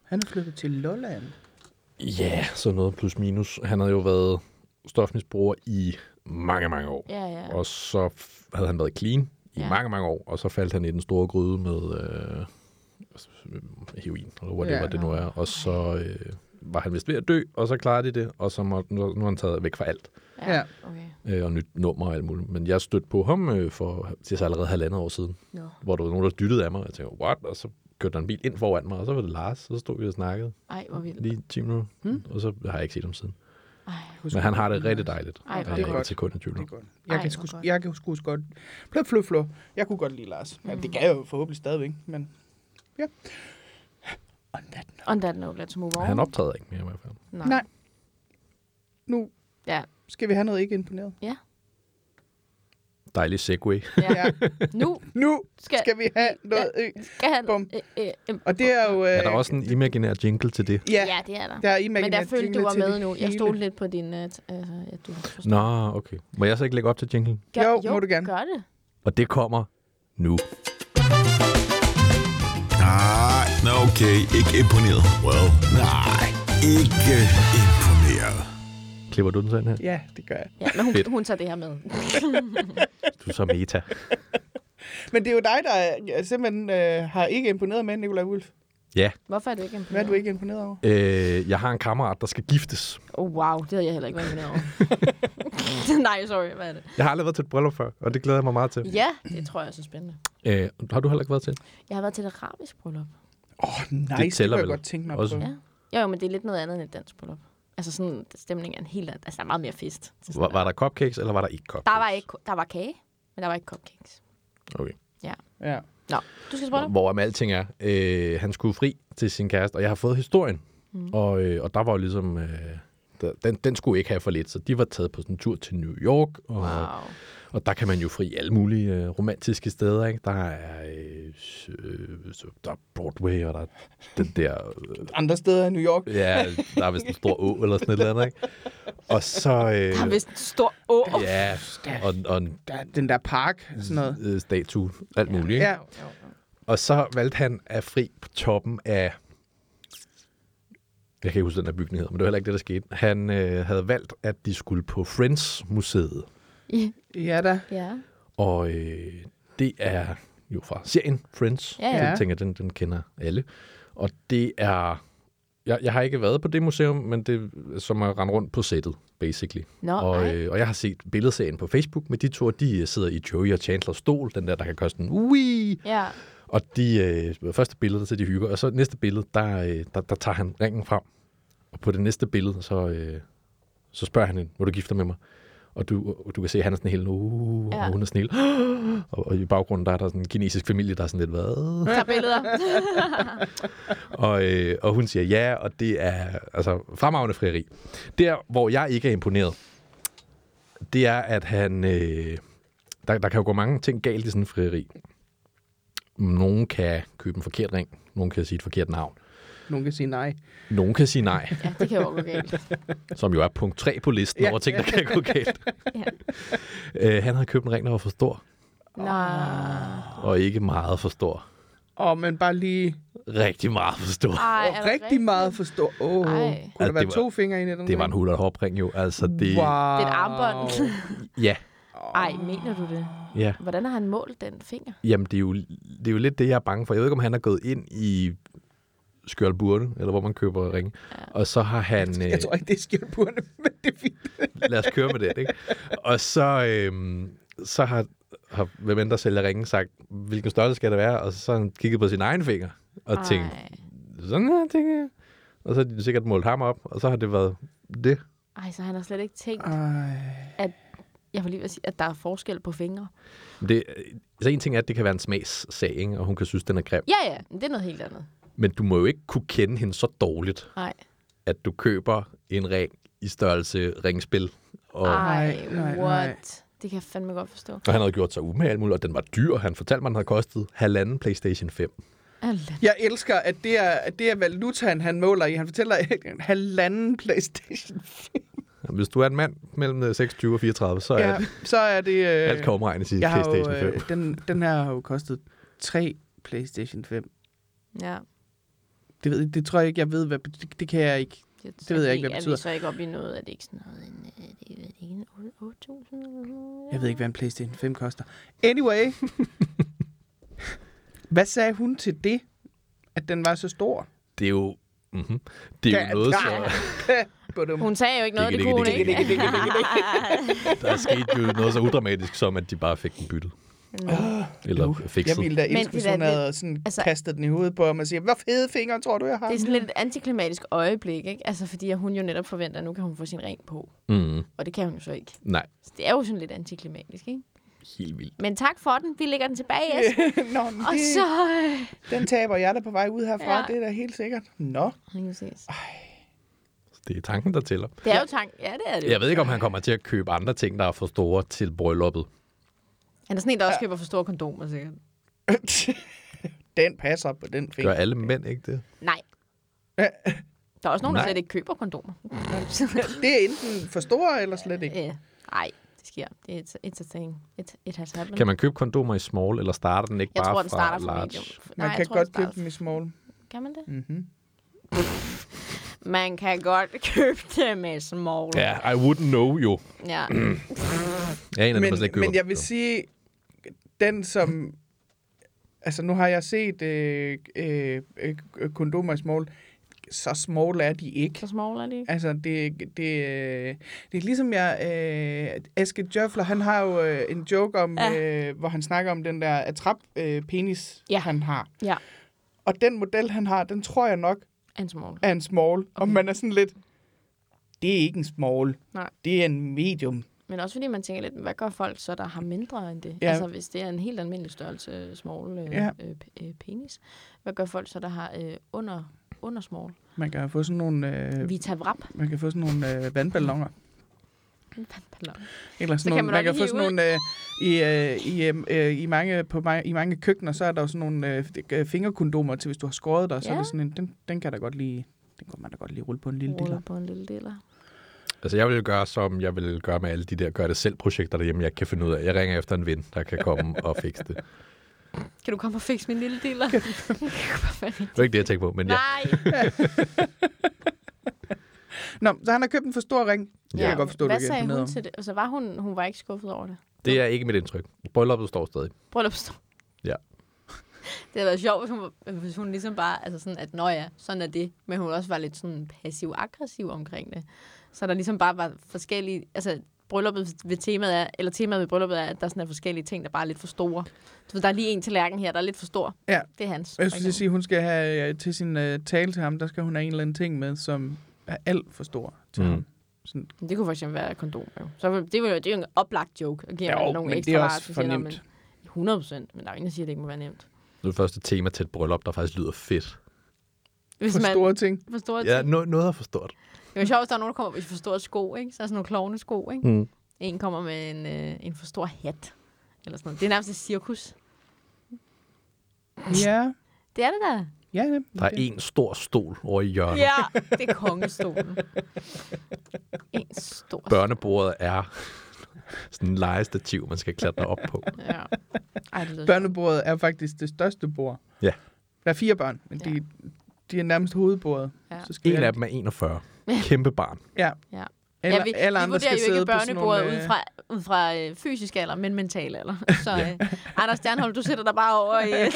S3: Han er flyttet til Lolland.
S2: Ja, yeah, så noget plus minus. Han havde jo været stofmisbruger i mange, mange år.
S4: Ja, ja.
S2: Og så f- havde han været clean i
S4: Ja.
S2: ja. mange, mange år, og så faldt han i den store gryde med øh, heroin, eller whatever
S3: Ja.
S2: ja. det nu er. Og så øh, var han vist ved at dø, og så klarede de det, og så må, nu, nu er han taget væk fra alt.
S3: Ja.
S4: Okay.
S2: Øh, og nyt nummer og alt muligt. Men jeg stødte på ham øh, for til så allerede halvandet år siden,
S4: Nå.
S2: hvor der var nogen, der dyttede af mig, og jeg tænkte, what? Og så kørte der en bil ind foran mig, og så var det Lars, og så stod vi og snakkede
S4: Ej, hvor vildt.
S2: lige 10 minutter, hmm? og så har jeg ikke set ham siden.
S4: Ej,
S2: Men han har det rigtig dejligt.
S4: Ej, hvor
S2: Der
S4: godt.
S2: ikke et sekund i tvivl
S3: Det er
S2: om.
S3: godt. Jeg,
S4: Ej,
S3: kan
S4: hvor
S3: sku,
S4: godt.
S3: jeg kan sgu godt... Flø, flø, flø. Jeg kunne godt lide Lars. Mm. Det kan jeg jo forhåbentlig stadigvæk, men... Ja. On that note.
S4: On that note, let's move on.
S2: Han optræder ikke mere i hvert fald.
S4: Nej.
S3: Nej. Nu
S4: Ja,
S3: skal vi have noget ikke imponeret.
S4: ja.
S2: Dejlig segway.
S4: ja.
S3: Ja.
S4: Nu
S3: Nu
S4: Skal-
S3: skal vi have noget ø.
S4: skal han...
S3: Bum.
S4: Øh, øh, øh,
S3: Og det er jo... Øh,
S2: Er der også en imaginær jingle til det?
S3: Ja,
S4: ja, det er der.
S3: der er imaginært
S4: Men der følte du
S3: jingle
S4: var
S3: til
S4: med
S3: det
S4: nu. Jeg
S3: hele.
S4: stod lidt på din... øh, t- Altså, ja, du forstår.
S2: Nå, okay. Må jeg så ikke lægge op til jinglen?
S4: Gør-
S3: Jo, må du gerne.
S4: Gør det.
S2: Og det kommer nu.
S5: Nej, nå okay, ikke imponeret. Well, nej, ikke imponeret.
S2: Klipper du den sådan her?
S3: Ja, det gør jeg.
S4: Ja, men hun,
S2: Fedt.
S4: hun tager det her med.
S2: Du er så meta.
S3: Men det er jo dig, der er- simpelthen øh, har ikke imponeret med, Nikolaj Wulf.
S2: Ja.
S4: Hvorfor er du ikke imponeret?
S3: Hvad er du ikke imponeret over?
S2: Øh, jeg har en kammerat, der skal giftes.
S4: Oh, wow, det havde jeg heller ikke været imponeret over. Nej, sorry, hvad er det?
S2: Jeg har aldrig været til et bryllup før, og det glæder jeg mig meget til.
S4: Ja, det tror jeg er så spændende.
S2: Øh, har du heller ikke været til?
S4: Jeg har været til et arabisk bryllup.
S3: Åh, oh, nice.
S2: tæller
S3: Det, det kunne jeg
S2: vel
S3: godt tænke mig
S2: også.
S3: på.
S4: Ja. Jo, jo, men det er lidt noget andet end et dansk bryllup. Altså sådan, stemningen er en helt anden. Altså, der er meget mere fest. Så sådan
S2: Var, var der cupcakes, eller var der ikke cupcakes?
S4: Der var, ikke, der var kage, men der var ikke cupcakes.
S2: Okay.
S4: Ja.
S3: Ja.
S4: Nå, du skal spørge dig.
S2: Hvor om alting er. Øh, han skulle fri til sin kæreste, og jeg har fået historien. Mm. Og, øh, og der var jo ligesom... Øh, der- den, den skulle ikke have for lidt, så de var taget på sådan en tur til New York, og,
S4: Wow.
S2: Og der kan man jo fri alle mulige øh, romantiske steder, ikke? Der er, øh, s- øh, så- der er Broadway, og der er den der... Øh,
S3: Andre steder i New York.
S2: ja, der er vist en stor å eller sådan et eller andet, ikke? Og så... Øh,
S4: Der er vist en stor å.
S2: Ja, og, og en
S3: Der er den der park, sådan noget.
S2: øh, statue, alt muligt, ikke?
S3: Ja,
S2: Og så valgte han at fri på toppen af... Jeg kan ikke huske, hvad den der bygning hedder, men det var heller ikke det, der skete. Han øh, havde valgt, at de skulle på Friends-museet.
S3: ja da.
S4: Ja.
S2: Og øh, det er jo fra serien Friends.
S4: Ja,
S2: Ja,
S3: ja.
S2: ja. Jeg tænker, den, den kender alle. Og det er... Jeg, jeg har ikke været på det museum, men det er som at rende rundt på sættet, basically.
S4: Nå, ej.
S2: og, øh, og jeg har set billedserien på Facebook med de to, de øh, sidder i Joey og Chandlers stol, den der, der kan koste en ui.
S4: Ja.
S2: Og de øh, første billede, der sidder de og hygger, og så næste billede, der, øh, der, der tager han ringen frem. Og på det næste billede, så, øh, så spørger han hende, må du gifte dig med mig? Og du, og du kan se, at han er sådan helt, uh,
S4: Ja.
S2: ja. og hun er sådan helt, og, og i baggrunden, der er der sådan en kinesisk familie, der er sådan lidt, hvad?
S4: Tag billeder.
S2: [LAUGHS] og, øh, og hun siger ja, og det er altså fremragende frieri. Der, hvor jeg ikke er imponeret, det er, at han... Øh, der, der kan jo gå mange ting galt i sådan en frieri. Nogen kan købe en forkert ring, nogen kan sige et forkert navn,
S3: Nogen kan sige nej.
S2: nogen kan sige nej,
S4: Ja, det kan jo også gå galt.
S2: som jo er punkt 3 på listen
S3: Ja.
S2: ja. over ting, der kan gå galt.
S3: [LAUGHS]
S4: Ja.
S2: øh, han havde købt en ring, der var for stor,
S4: Nej.
S2: og ikke meget for stor.
S3: Åh, oh, men bare lige
S2: Rigtig meget for stor.
S4: Ej,
S3: oh, rigtig meget forstå. Åh, oh,
S4: Ej.
S3: kunne der
S2: Altså,
S3: være
S2: det var-
S3: to fingre ind i den?
S2: Det var en
S3: ring?
S2: hul og hopring jo, altså det...
S3: Wow.
S4: Det er et armbånd.
S2: Ja,
S4: [LAUGHS] Ej, mener du det?
S2: Ja.
S4: Hvordan har han målt den finger?
S2: Jamen, det er, jo, det er jo lidt det, jeg er bange for. Jeg ved ikke, om han er gået ind i Skjoldburne, eller hvor man køber ringe. Ja. Og så har han...
S3: Jeg tror ikke, det er skjoldburene, men det er fint.
S2: lad os køre med det, ikke? Og så, øhm, så har, har hvem end der sælger ringen sagt, hvilken størrelse skal det være? Og så har han kigget på sin egen finger og Ej. tænkt,
S4: Ej.
S2: sådan her, tænker jeg. Og så har de sikkert målt ham op, og så har det været det.
S4: Ej, så han har slet ikke tænkt,
S3: Ej.
S4: jeg var lige ved at sige, at der er forskel på fingre.
S2: Men det så en ting er, at det kan være en smagssag, ikke? og hun kan synes, den er grim.
S4: Ja, ja, men det er noget helt andet.
S2: Men du må jo ikke kunne kende hende så dårligt,
S4: Nej.
S2: at du køber en ring i størrelse ringspil. Og,
S4: Ej,
S3: Nej, nej,
S4: what?
S3: nej.
S4: Det kan jeg fandme godt forstå.
S2: og han havde gjort sig umage alt muligt, og den var dyr. Han fortalte mig, at den havde kostet halvanden PlayStation 5.
S4: Alle.
S3: Jeg elsker, at det er, at det er valutaen, han måler i. Han fortæller en halvanden Playstation.
S2: Hvis du er en mand mellem øh, 26 og 34, så er
S3: Ja,
S2: det,
S3: så er det... Øh,
S2: alt kan omregnes i
S3: jeg har jo,
S2: PlayStation 5.
S3: øh, den, den her har jo kostet tre Playstation 5.
S4: Ja.
S3: Det, ved, jeg- det tror jeg ikke, jeg ved, hvad... bet- Det, det kan jeg ikke.
S4: det
S3: ved jeg ikke, hvad
S4: er
S3: betyder.
S4: Er vi så ikke op i noget? Er det ikke sådan noget? En, øh, det er det ikke en otte- 8.000?
S3: Jeg ved ikke, hvad en Playstation 5 koster.
S2: [LAUGHS]
S3: Anyway. hvad sagde hun til det? At den var så stor?
S2: Det er jo, mm-hmm. det er jo noget, så,
S3: [LAUGHS] Badum.
S4: Hun sagde jo ikke noget, det,
S2: Dikke,
S4: det kunne hun
S2: dikke,
S4: ikke.
S2: dikke, dikke, der skete jo noget så udramatisk som, at de bare fik den byttet. Eller
S3: Jeg
S2: fikset.
S3: ville da
S4: Men
S3: elske,
S4: det
S3: hvis
S4: der
S3: hun
S4: lidt-
S3: havde sådan
S4: altså-
S3: altså, kastet den i hovedet på ham og siger, hvor fede fingre tror du, jeg har?
S4: Det er sådan lidt et antiklimatisk øjeblik, ikke? Altså, fordi at hun jo netop forventer, at nu kan hun få sin ring på.
S2: Mm,
S4: Og det kan hun jo så ikke.
S2: nej,
S4: Så det er jo sådan lidt antiklimatisk, ikke?
S2: helt vildt.
S4: Men tak for den. Vi lægger den tilbage,
S3: [LAUGHS]
S4: Esben.
S3: Nå, men
S4: Og
S3: det,
S4: så... øh,
S3: den taber jeg da på vej ud herfra,
S4: Ja.
S3: ja. det er da helt sikkert. Nå, [LAUGHS]
S4: Lige præcis.
S2: Det er tanken, der tæller.
S4: Det er jo tanken. Ja, det er det jo.
S2: Jeg ved ikke, om han kommer til at købe andre ting, der er for store til brylluppet.
S4: Han er sådan en, der også køber for store kondomer, sikkert.
S3: den passer på den finger.
S2: Gør alle mænd ikke det?
S4: Nej. Der er også nogen, der
S2: Nej.
S4: slet ikke køber kondomer.
S3: Det er enten for store eller slet ikke.
S4: [LAUGHS] Ja. Øh, Nej, det sker. Det er et, it's a thing. It, it has
S3: Mm.
S4: happened.
S2: Kan man købe kondomer i small, eller starter den ikke
S4: jeg
S2: bare
S4: tror, den starter
S2: fra
S4: fra
S2: large?
S4: medium.
S3: Man
S4: jeg
S3: kan
S4: tror,
S3: godt
S4: den
S3: købe
S4: starter-
S3: dem i small.
S4: Kan man det?
S3: Mm-hmm.
S4: Man kan godt købe dem i small.
S2: Ja, I wouldn't know jo.
S4: ja.
S2: Jeg er en af dem, der slet ikke
S3: Men,
S2: køber
S3: men jeg vil
S2: dem.
S3: sige, den som... Altså, nu har jeg set øh, øh, øh, kondomer i small. Så small er de ikke.
S4: Så small er det ikke.
S3: Altså, det, det, øh, det er ligesom jeg... Øh, Aske Jøffler, han har jo øh, en joke om, ja. øh, hvor han snakker om den der atrap-penis, øh, penis,
S4: Ja.
S3: han har.
S4: Ja,
S3: Og den model, han har, den tror jeg nok
S4: en small.
S3: er en small. Okay. Og man er sådan lidt... Det er ikke en small.
S4: Nej.
S3: Det er en medium.
S4: Men også fordi man tænker lidt, hvad gør folk så, der har mindre end det? Ja.
S3: Ja.
S4: Altså hvis det er en helt almindelig størrelse small øh, ja.
S3: Ja.
S4: øh, p- øh, penis. Hvad gør folk så, der har øh, under, under small?
S3: Man kan få sådan nogle, øh,
S4: Vi tager vrap.
S3: man kan få sådan nogle øh, vandballoner. Eller sådan
S4: Så kan
S3: nogle,
S4: man
S3: man,
S4: også
S3: kan få
S4: hive
S3: sådan nogle, øh, i, øh, i, øh, øh, i, mange, på, ma- i mange køkkener, så er der jo sådan nogle øh, f- øh, fingerkondomer til, hvis du har skåret dig, så er
S4: Ja.
S3: det sådan en, den, den kan da godt lige, den kan man da godt lige rulle på en lille diller.
S4: Ruller på en lille deler.
S2: Altså, jeg vil gøre, som jeg vil gøre med alle de der gør-det-selv-projekter derhjemme, jeg ikke kan finde ud af. Jeg ringer efter en ven, der kan komme [LAUGHS] og fikse det. Det
S4: Kan du komme og fikse min lille dealer?
S2: var ikke det, jeg tænkte på, men ja.
S4: Nej.
S3: Nå, så han har købt en for stor ring. Det kan
S2: Ja.
S3: jeg godt forstå,
S4: Hvad
S3: du
S4: sagde hun
S3: noget.
S4: til det? Altså, var hun, hun var ikke skuffet over det?
S2: Det er ikke mit indtryk. Brylluppet står stadig.
S4: Prøv at forstå.
S2: Ja.
S4: [LAUGHS] Det havde været sjovt, hvis hun, var- hvis hun ligesom bare, altså sådan, at nå ja, sådan er det. Men hun også var lidt sådan passiv-aggressiv omkring det. Så der ligesom bare var forskellige, altså brylluppet ved temaet er, eller temaet ved brylluppet er, at der sådan er forskellige ting, der bare er lidt for store. Du ved, der er lige en tallerken her, der er lidt for stor.
S3: Ja.
S4: Det er hans.
S3: Jeg
S4: for
S3: skulle
S4: eksempel.
S3: sige, hun skal have øh, til sin øh, tale til ham, der skal hun have en eller anden ting med, som er alt for stor til
S2: Mm.
S3: mm. ham. Sådan,
S4: Men Det kunne for eksempel være kondom, jo. Så vil- det, var jo, det er jo en oplagt joke, at give
S3: Jo,
S4: jo, nogle
S3: men
S4: ekstra
S3: det er
S4: varer,
S3: også
S4: som
S3: for
S4: siger, "Nå,
S3: nemt."
S4: men 100 procent, men der er jo ingen, der siger, at det ikke må være nemt.
S2: Det er det første tema til et bryllup, der faktisk lyder fedt.
S4: Hvis
S3: for
S4: man
S3: store ting.
S4: for store
S2: Ja,
S4: ting.
S2: no, noget er for stort.
S4: Det var sjovt, hvis der er nogen, der kommer med for store sko, ikke? Så er sådan nogle klovne sko, ikke?
S2: Mm.
S4: En kommer med en, øh, en for stor hat, eller sådan noget. Det er nærmest et cirkus.
S3: Ja,
S4: Det er det der.
S3: ja. ja.
S2: Der er en stor stol over i hjørnet. Yeah.
S4: Ja, det er kongestolen. En stor...
S2: Børnebordet er [LAUGHS] sådan en legestativ, man skal klatre op [LAUGHS] på.
S4: Ja. Ej, det lyder
S3: Børnebordet er faktisk det største bord.
S2: Ja.
S3: Der er fire børn, men
S4: Ja.
S3: ja. de, de er nærmest hovedbordet.
S4: Ja.
S3: Så skal
S2: En
S3: jeg-
S2: af dem er 41. Kæmpe barn.
S3: Ja.
S4: Ja.
S3: Alle,
S4: ja, vi,
S3: alle andre
S4: vi vurderer
S3: skal
S4: jo ikke
S3: sidde på sådan
S4: børnebordet
S3: nogle, øh,
S4: ud fra, ud fra øh, fysisk alder, men mental alder. Så øh, Anders Stjernholm, du sætter dig bare over i... Øh,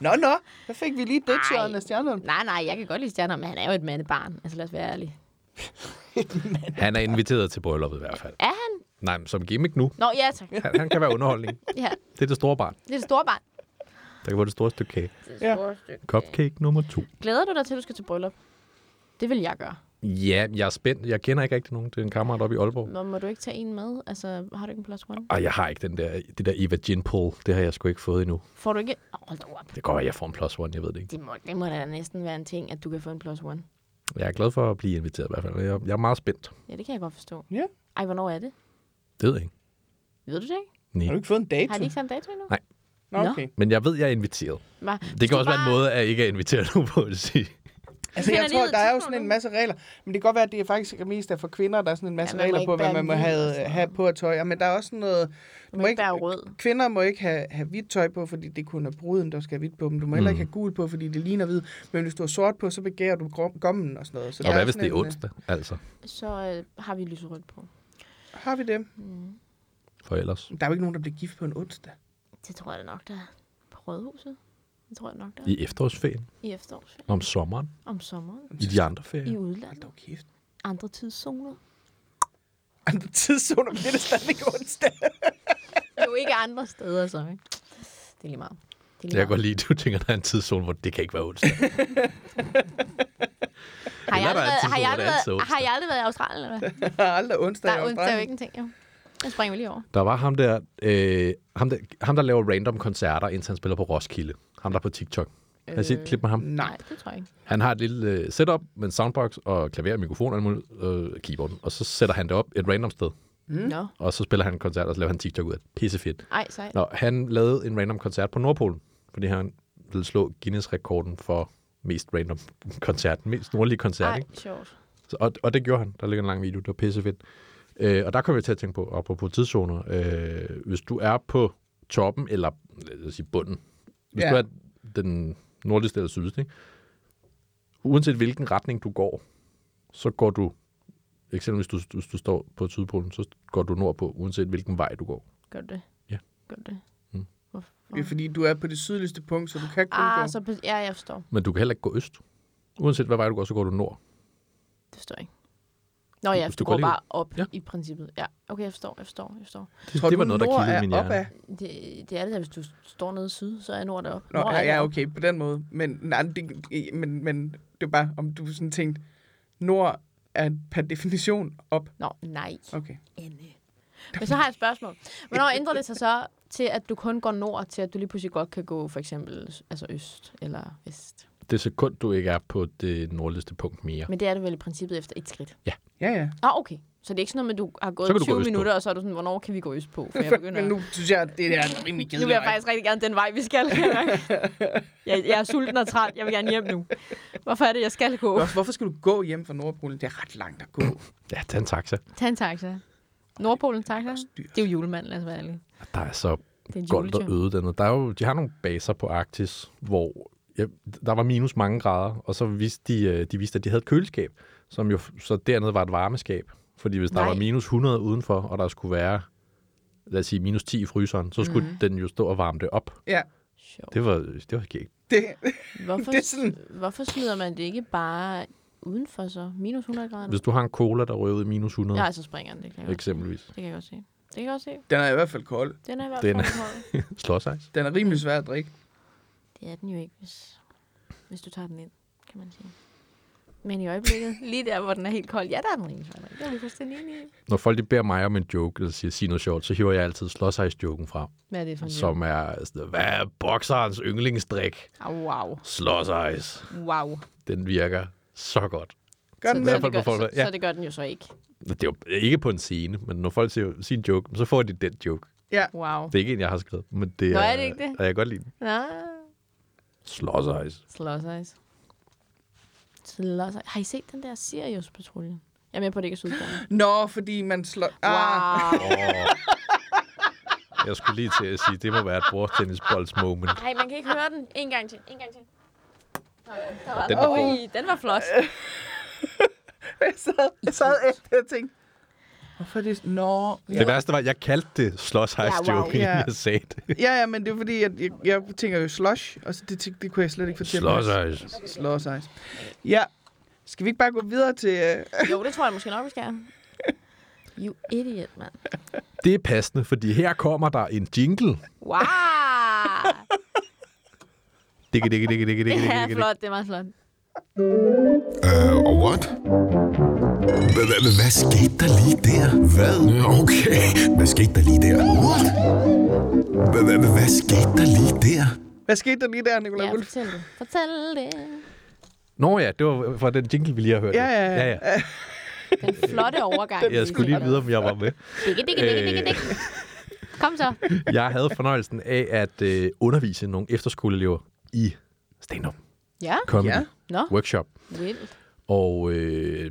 S3: Nå, nå, der fik vi lige dødsjøren
S4: Ej.
S3: af Stjernholm.
S4: nej, nej, jeg kan godt lide Stjernholm, men han er jo et mandebarn. Altså lad os være ærlige.
S2: Han er inviteret til brylluppet i hvert fald.
S4: Er han?
S2: Nej, men som gimmick nu.
S4: Nå, ja tak.
S2: Han, han kan være underholdning.
S4: Ja,
S2: Det er det store barn.
S4: det er et stort barn.
S2: Der kan være det store stykke kage.
S3: Ja.
S2: Cupcake nummer to.
S4: Glæder du dig til, at du skal til bryllup? Det vil jeg gøre.
S2: Ja, jeg er spændt. Jeg kender ikke rigtig nogen. Det er en kammerat oppe i Aalborg.
S4: Nå, må du ikke tage en med? Altså, har du ikke en plus one?
S2: Og jeg har ikke den der, det der Eva Gin Pool. Det har jeg sgu ikke fået endnu.
S4: Får du ikke... Oh, hold da op.
S2: Det går, at jeg får en plus one, jeg ved det ikke.
S4: Det må, det må da næsten være en ting, at du kan få en plus one.
S2: Jeg er glad for at blive inviteret i hvert fald. Jeg, jeg er meget spændt.
S4: Ja, det kan jeg godt forstå.
S3: Ja.
S4: Ej, hvornår er det?
S2: Det ved jeg ikke.
S4: Ved du det ikke?
S3: Har du
S2: Nej.
S3: ikke fået en dato?
S4: Har de ikke sat en dato endnu?
S2: Nej.
S3: Nå,
S4: Nå.
S3: okay.
S2: Men jeg ved, jeg er inviteret.
S4: Hva?
S2: Det kan
S4: du
S2: også være en
S4: bare-
S2: måde, at jeg ikke er inviteret nu på at sige.
S3: Altså,
S4: finder
S3: jeg
S4: lige ud
S3: tror,
S4: af
S3: der er jo
S4: tidspunktet.
S3: sådan en masse regler. Men det kan godt være, at det er faktisk mest er for kvinder, der er sådan en masse
S4: Ja, man må
S3: ja, regler
S4: ikke
S3: på, hvad
S4: bære
S3: man må
S4: hvid og
S3: have,
S4: sådan noget.
S3: have på af tøj. Ja, men der er også sådan noget... Du
S4: må ikke bære rød.
S3: Kvinder må ikke have, have hvidt tøj på, fordi det kun er bruden, der skal have hvidt på dem. Du må heller ikke have gul på, fordi det ligner hvid. Men hvis du har sort på, så begærer du grom- gommen og sådan noget. Så
S2: Og
S3: der
S2: hvad hvis det
S3: sådan
S2: er
S3: en, øh,
S2: onsdag? Altså,
S4: Så øh, har vi lyserødt på.
S3: Har vi det?
S2: for ellers.
S3: Der er jo ikke nogen, der bliver gift på en onsdag.
S4: Det tror jeg da nok, der er på Rådhuset. Det tror jeg nok, der er.
S2: I efterårsferien,
S4: I efterårsferien.
S2: om sommeren,
S4: Om sommeren.
S2: i de andre
S4: I
S2: ferier.
S3: Hold
S4: udlandet.
S3: dog kæft.
S4: Andre tidszoner.
S3: Andre tidszoner, men det er da stadigvæk onsdag.
S4: Jo, ikke andre steder, så. Ikke? Det er lige meget. Det er lige
S2: Jeg
S4: meget.
S2: kan godt lide, at du tænker, at der er en tidszone, hvor det kan ikke være
S3: [LAUGHS]
S2: onsdag.
S4: Har jeg
S2: Eller der
S4: aldrig
S2: er en
S4: været- har jeg aldrig
S2: tidszone, der er altid
S4: været- har jeg aldrig været i Australien, eller hvad?
S3: Der er aldrig onsdag
S4: Der
S3: i
S4: er onsdag jo
S3: Australien.
S4: ikke en ting, jo. Jeg springer vi lige over.
S2: Der var ham der, øh, ham der, ham der laver random koncerter, indtil han spiller på Roskilde. Ham der er på TikTok. Har I set
S3: Øh,
S2: et klip med ham?
S3: Nej.
S4: det tror jeg ikke.
S2: Han har et lille øh, setup med en soundbox og klaver og mikrofon og alt muligt, øh, keyboard. Og så sætter han det op et random sted.
S4: Mm. Nå,
S2: Og så spiller han en koncert, og så laver han TikTok ud af det. Pissefedt.
S4: ej, sej.
S2: Nå, han lavede en random koncert på Nordpolen, fordi han ville slå Guinness-rekorden for mest random koncert, mest nordlige koncert.
S4: Ej,
S2: Ikke?
S4: sjovt.
S2: Så, og, og det gjorde han. Der ligger en lang video, det var pissefedt. Øh, og der kom jeg til at tænke på, apropos tidszoner, øh, hvis du er på toppen, eller lad os sige bunden, hvis
S3: Ja.
S2: ja. du er den nordligste eller sydligste, ikke? uanset hvilken retning du går, så går du, eksempelvis hvis du, hvis du står på Sydpolen, så går du nordpå, uanset hvilken vej du går.
S4: Gør du det?
S2: Ja.
S4: Gør du det?
S2: Mm.
S4: Hvorfor?
S3: Det er fordi, du er på det sydligste punkt, så du kan kun gå.
S4: Ah, så, be- ja, jeg forstår.
S2: Men du kan heller ikke gå øst. Uanset hvad vej du går, så går du nord.
S4: Det forstår jeg ikke. Nå ja,
S2: Du-
S4: du,
S2: du
S4: du
S2: går
S4: går
S2: lige ud.
S4: bare op
S2: Ja.
S4: ja. i princippet. Ja, okay, jeg forstår, jeg forstår, jeg forstår.
S2: Det,
S3: Tror
S2: det var
S3: du,
S2: noget, der
S3: nord
S2: kiggede
S3: er
S2: min hjerne.
S3: opad?
S4: Det, det er det da, hvis du står nede syd, så er nord deroppe.
S3: Nå,
S4: Nord
S3: ja,
S4: er
S3: ja,
S4: deroppe.
S3: okay, på den måde. Men, nej, det, men, men det var bare, om du sådan tænkte, nord er per definition op.
S4: Nå, nej,
S3: Okay.
S4: Anne. [LAUGHS] Men så har jeg et spørgsmål. Hvornår ændrer det sig så til, at du kun går nord, til at du lige pludselig godt kan gå for eksempel altså øst eller vest?
S2: Det sekund, du ikke er på det nordligste punkt mere.
S4: Men det er du vel i princippet efter et skridt.
S3: Ja, ja.
S4: Ah, okay. Så det er ikke sådan noget med, at du har
S2: Så kan
S4: gået
S2: du gå
S4: 20
S2: østpå.
S4: minutter, og så er du sådan, hvornår kan vi gå øst på? For jeg begynder...
S3: Men nu synes jeg, at det der er en rimelig
S4: Nu vil
S3: kedelig
S4: jeg
S3: vej.
S4: faktisk rigtig gerne den vej, vi
S3: [LAUGHS]
S4: skal. jeg, jeg er sulten og træt. Jeg vil gerne hjem nu. Hvorfor er det, jeg skal gå?
S3: Også, Hvorfor skal du gå hjem fra Nordpolen? Det er ret langt at gå.
S2: [LAUGHS] Ja, tag en taxa.
S4: Tag en taxa. Nordpolen taxa. Det er jo julemanden, lad os være ærlige.
S2: Der er så
S4: Det er en
S2: goldt og
S4: juletur.
S2: øde dernede. Der er jo, de har nogle baser på Arktis, hvor ja, der var minus mange grader, og så viste de, øh, de viste, at de havde et køleskab, som jo f- så dernede var et varmeskab. Fordi hvis der
S4: Nej.
S2: var minus 100 udenfor, og der skulle være, lad os sige, minus 10 i fryseren, så skulle
S4: Mhm.
S2: mm. den jo stå og varme det op.
S3: Ja,
S4: Sjovt.
S2: Det var, det var skægt.
S3: det,
S4: Hvorfor,
S3: det er sådan-
S4: hvorfor smider man det ikke bare udenfor så? Minus 100 grader?
S2: Hvis du har en cola, der røvede minus 100,
S4: Ja,
S2: ja.
S4: så springer den. Det kan jeg godt se.
S2: eksempelvis, [LAUGHS]
S4: Det kan jeg godt se. Det kan jeg godt se.
S3: den er i hvert fald kold.
S4: Den er i hvert
S2: Den
S4: fald
S2: er-
S4: kold.
S2: slåsejs.
S3: Den er rimelig svær at drikke.
S4: Det er den jo ikke, hvis, hvis du tager den ind, kan man sige. Men i øjeblikket, [LAUGHS] lige der, hvor den er helt kold, ja, der er den rimelig svær. Det er vi fuldstændig enige i.
S2: Når folk de beder mig om en joke, eller siger, sig noget sjovt, så hiver jeg altid slåsejs-joken frem,
S4: Hvad er det for en
S2: som er, sådan, hvad er bokserens yndlingsdrik?
S4: joke? Au, Ah, wow.
S2: Slåsejs.
S4: Wow.
S2: den virker så godt.
S3: Gør
S4: så,
S3: den
S4: så,
S2: hvert
S3: det?
S2: fald
S4: det gør,
S2: på folk,
S4: så,
S2: ja.
S4: så det gør den jo så ikke.
S2: Det er jo ikke på en scene, men når folk siger sin joke, så får de den joke.
S3: Ja.
S4: Wow.
S2: Det er ikke en, jeg har skrevet, men det
S4: Nå,
S2: er,
S4: er det ikke det?
S2: og jeg kan godt lide den.
S4: Nå.
S2: Slåsejs.
S4: Slåsejs. Slåsejs. Har I set den der Sirius-patrulje? Jeg er med på, at det ikke er Sydpolen.
S3: Nå, fordi man slår... Ah,
S4: Wow.
S2: Åh. Jeg skulle lige til at sige, det må være et bordtennisbolds-moment.
S4: Ej, man kan ikke høre den. En gang til. En gang til. Nå, der var
S2: Den
S4: den.
S2: var
S4: Ui, den var flot.
S3: jeg sad, jeg sad ægte og tænkte, hvorfor er det... sådan- Nå, ja.
S2: Det værste var, at jeg kaldte det slås
S4: Ja,
S2: ice
S4: wow.
S2: joke,
S3: Ja.
S2: ja. jeg sagde det.
S3: ja, ja, men det er fordi, at jeg, jeg tænker jo slush, og så det, tænkte- det kunne jeg slet ikke fortælle.
S2: Slås ice.
S3: Slås ice. Ja, skal vi ikke bare gå videre til... Øh,
S4: Jo, det tror jeg måske nok, vi skal. You idiot, mand.
S2: Det er passende, fordi her kommer der en jingle.
S4: Wow!
S2: Dikke, dikke, dikke, dikke,
S4: Det
S2: dikke, dikke,
S4: er
S2: dikke.
S4: flot, det er meget flot.
S5: Øh, og what? Hva- hva- hva- Hvad skete der lige der? Hvad? Okay, hvad skete der lige der? What? Hva- hva- hva- Hvad skete der lige der?
S3: hvad skete der lige der, Nicolai
S4: Ja,
S3: Wulff?
S4: fortæl det. Fortæl det.
S2: Nå ja, det var fra den jingle, vi lige har hørt.
S3: Ja, ja, ja.
S2: ja, ja.
S4: Den flotte overgang.
S2: Jeg skulle lige Øh. vide, om jeg var med.
S4: Dikke, dikke, dikke, dikke, dikke. Kom så.
S2: Jeg havde fornøjelsen af at øh, undervise nogle efterskoleelever i stand-up
S4: Ja,
S2: comedy
S3: Ja.
S2: ja.
S4: nå.
S2: workshop.
S4: Vildt.
S2: Og øh,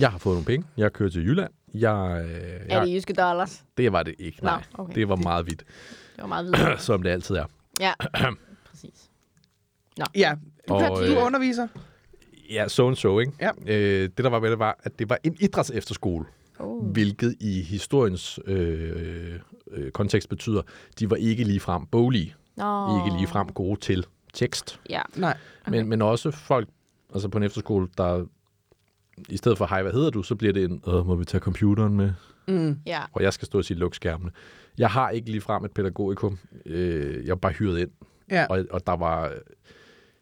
S2: jeg har fået nogle penge. Jeg kører til Jylland. Jeg, øh,
S4: Er det
S2: jeg,
S4: jyske dollars?
S2: det var det ikke,
S4: Nå,
S2: nej.
S4: okay.
S2: Det var meget vidt, [CLEARS THROAT]
S4: Det var meget vildt.
S2: som det altid er.
S4: [CLEARS THROAT] Ja, præcis.
S3: Ja, du,
S2: Og,
S3: og, du
S2: øh,
S3: underviser.
S2: Ja, so and so, ikke?
S3: Ja.
S2: Øh, det, der var med det, var, at det var en idrætsefterskole,
S4: Oh.
S2: hvilket i historiens øh, øh, kontekst betyder, de var ikke ligefrem boglige,
S4: Nå.
S2: oh. ikke ligefrem gode til tekst.
S4: Ja.
S3: Nej.
S2: Okay. Men, men også folk altså på en efterskole, der i stedet for, hej, hvad hedder du, så bliver det en, øh, må vi tage computeren med,
S4: Ja.
S2: hvor jeg skal stå og sige, luk skærmene. Jeg har ikke ligefrem et pædagogikum. Øh, jeg var bare hyret ind,
S3: Ja.
S2: og, og der var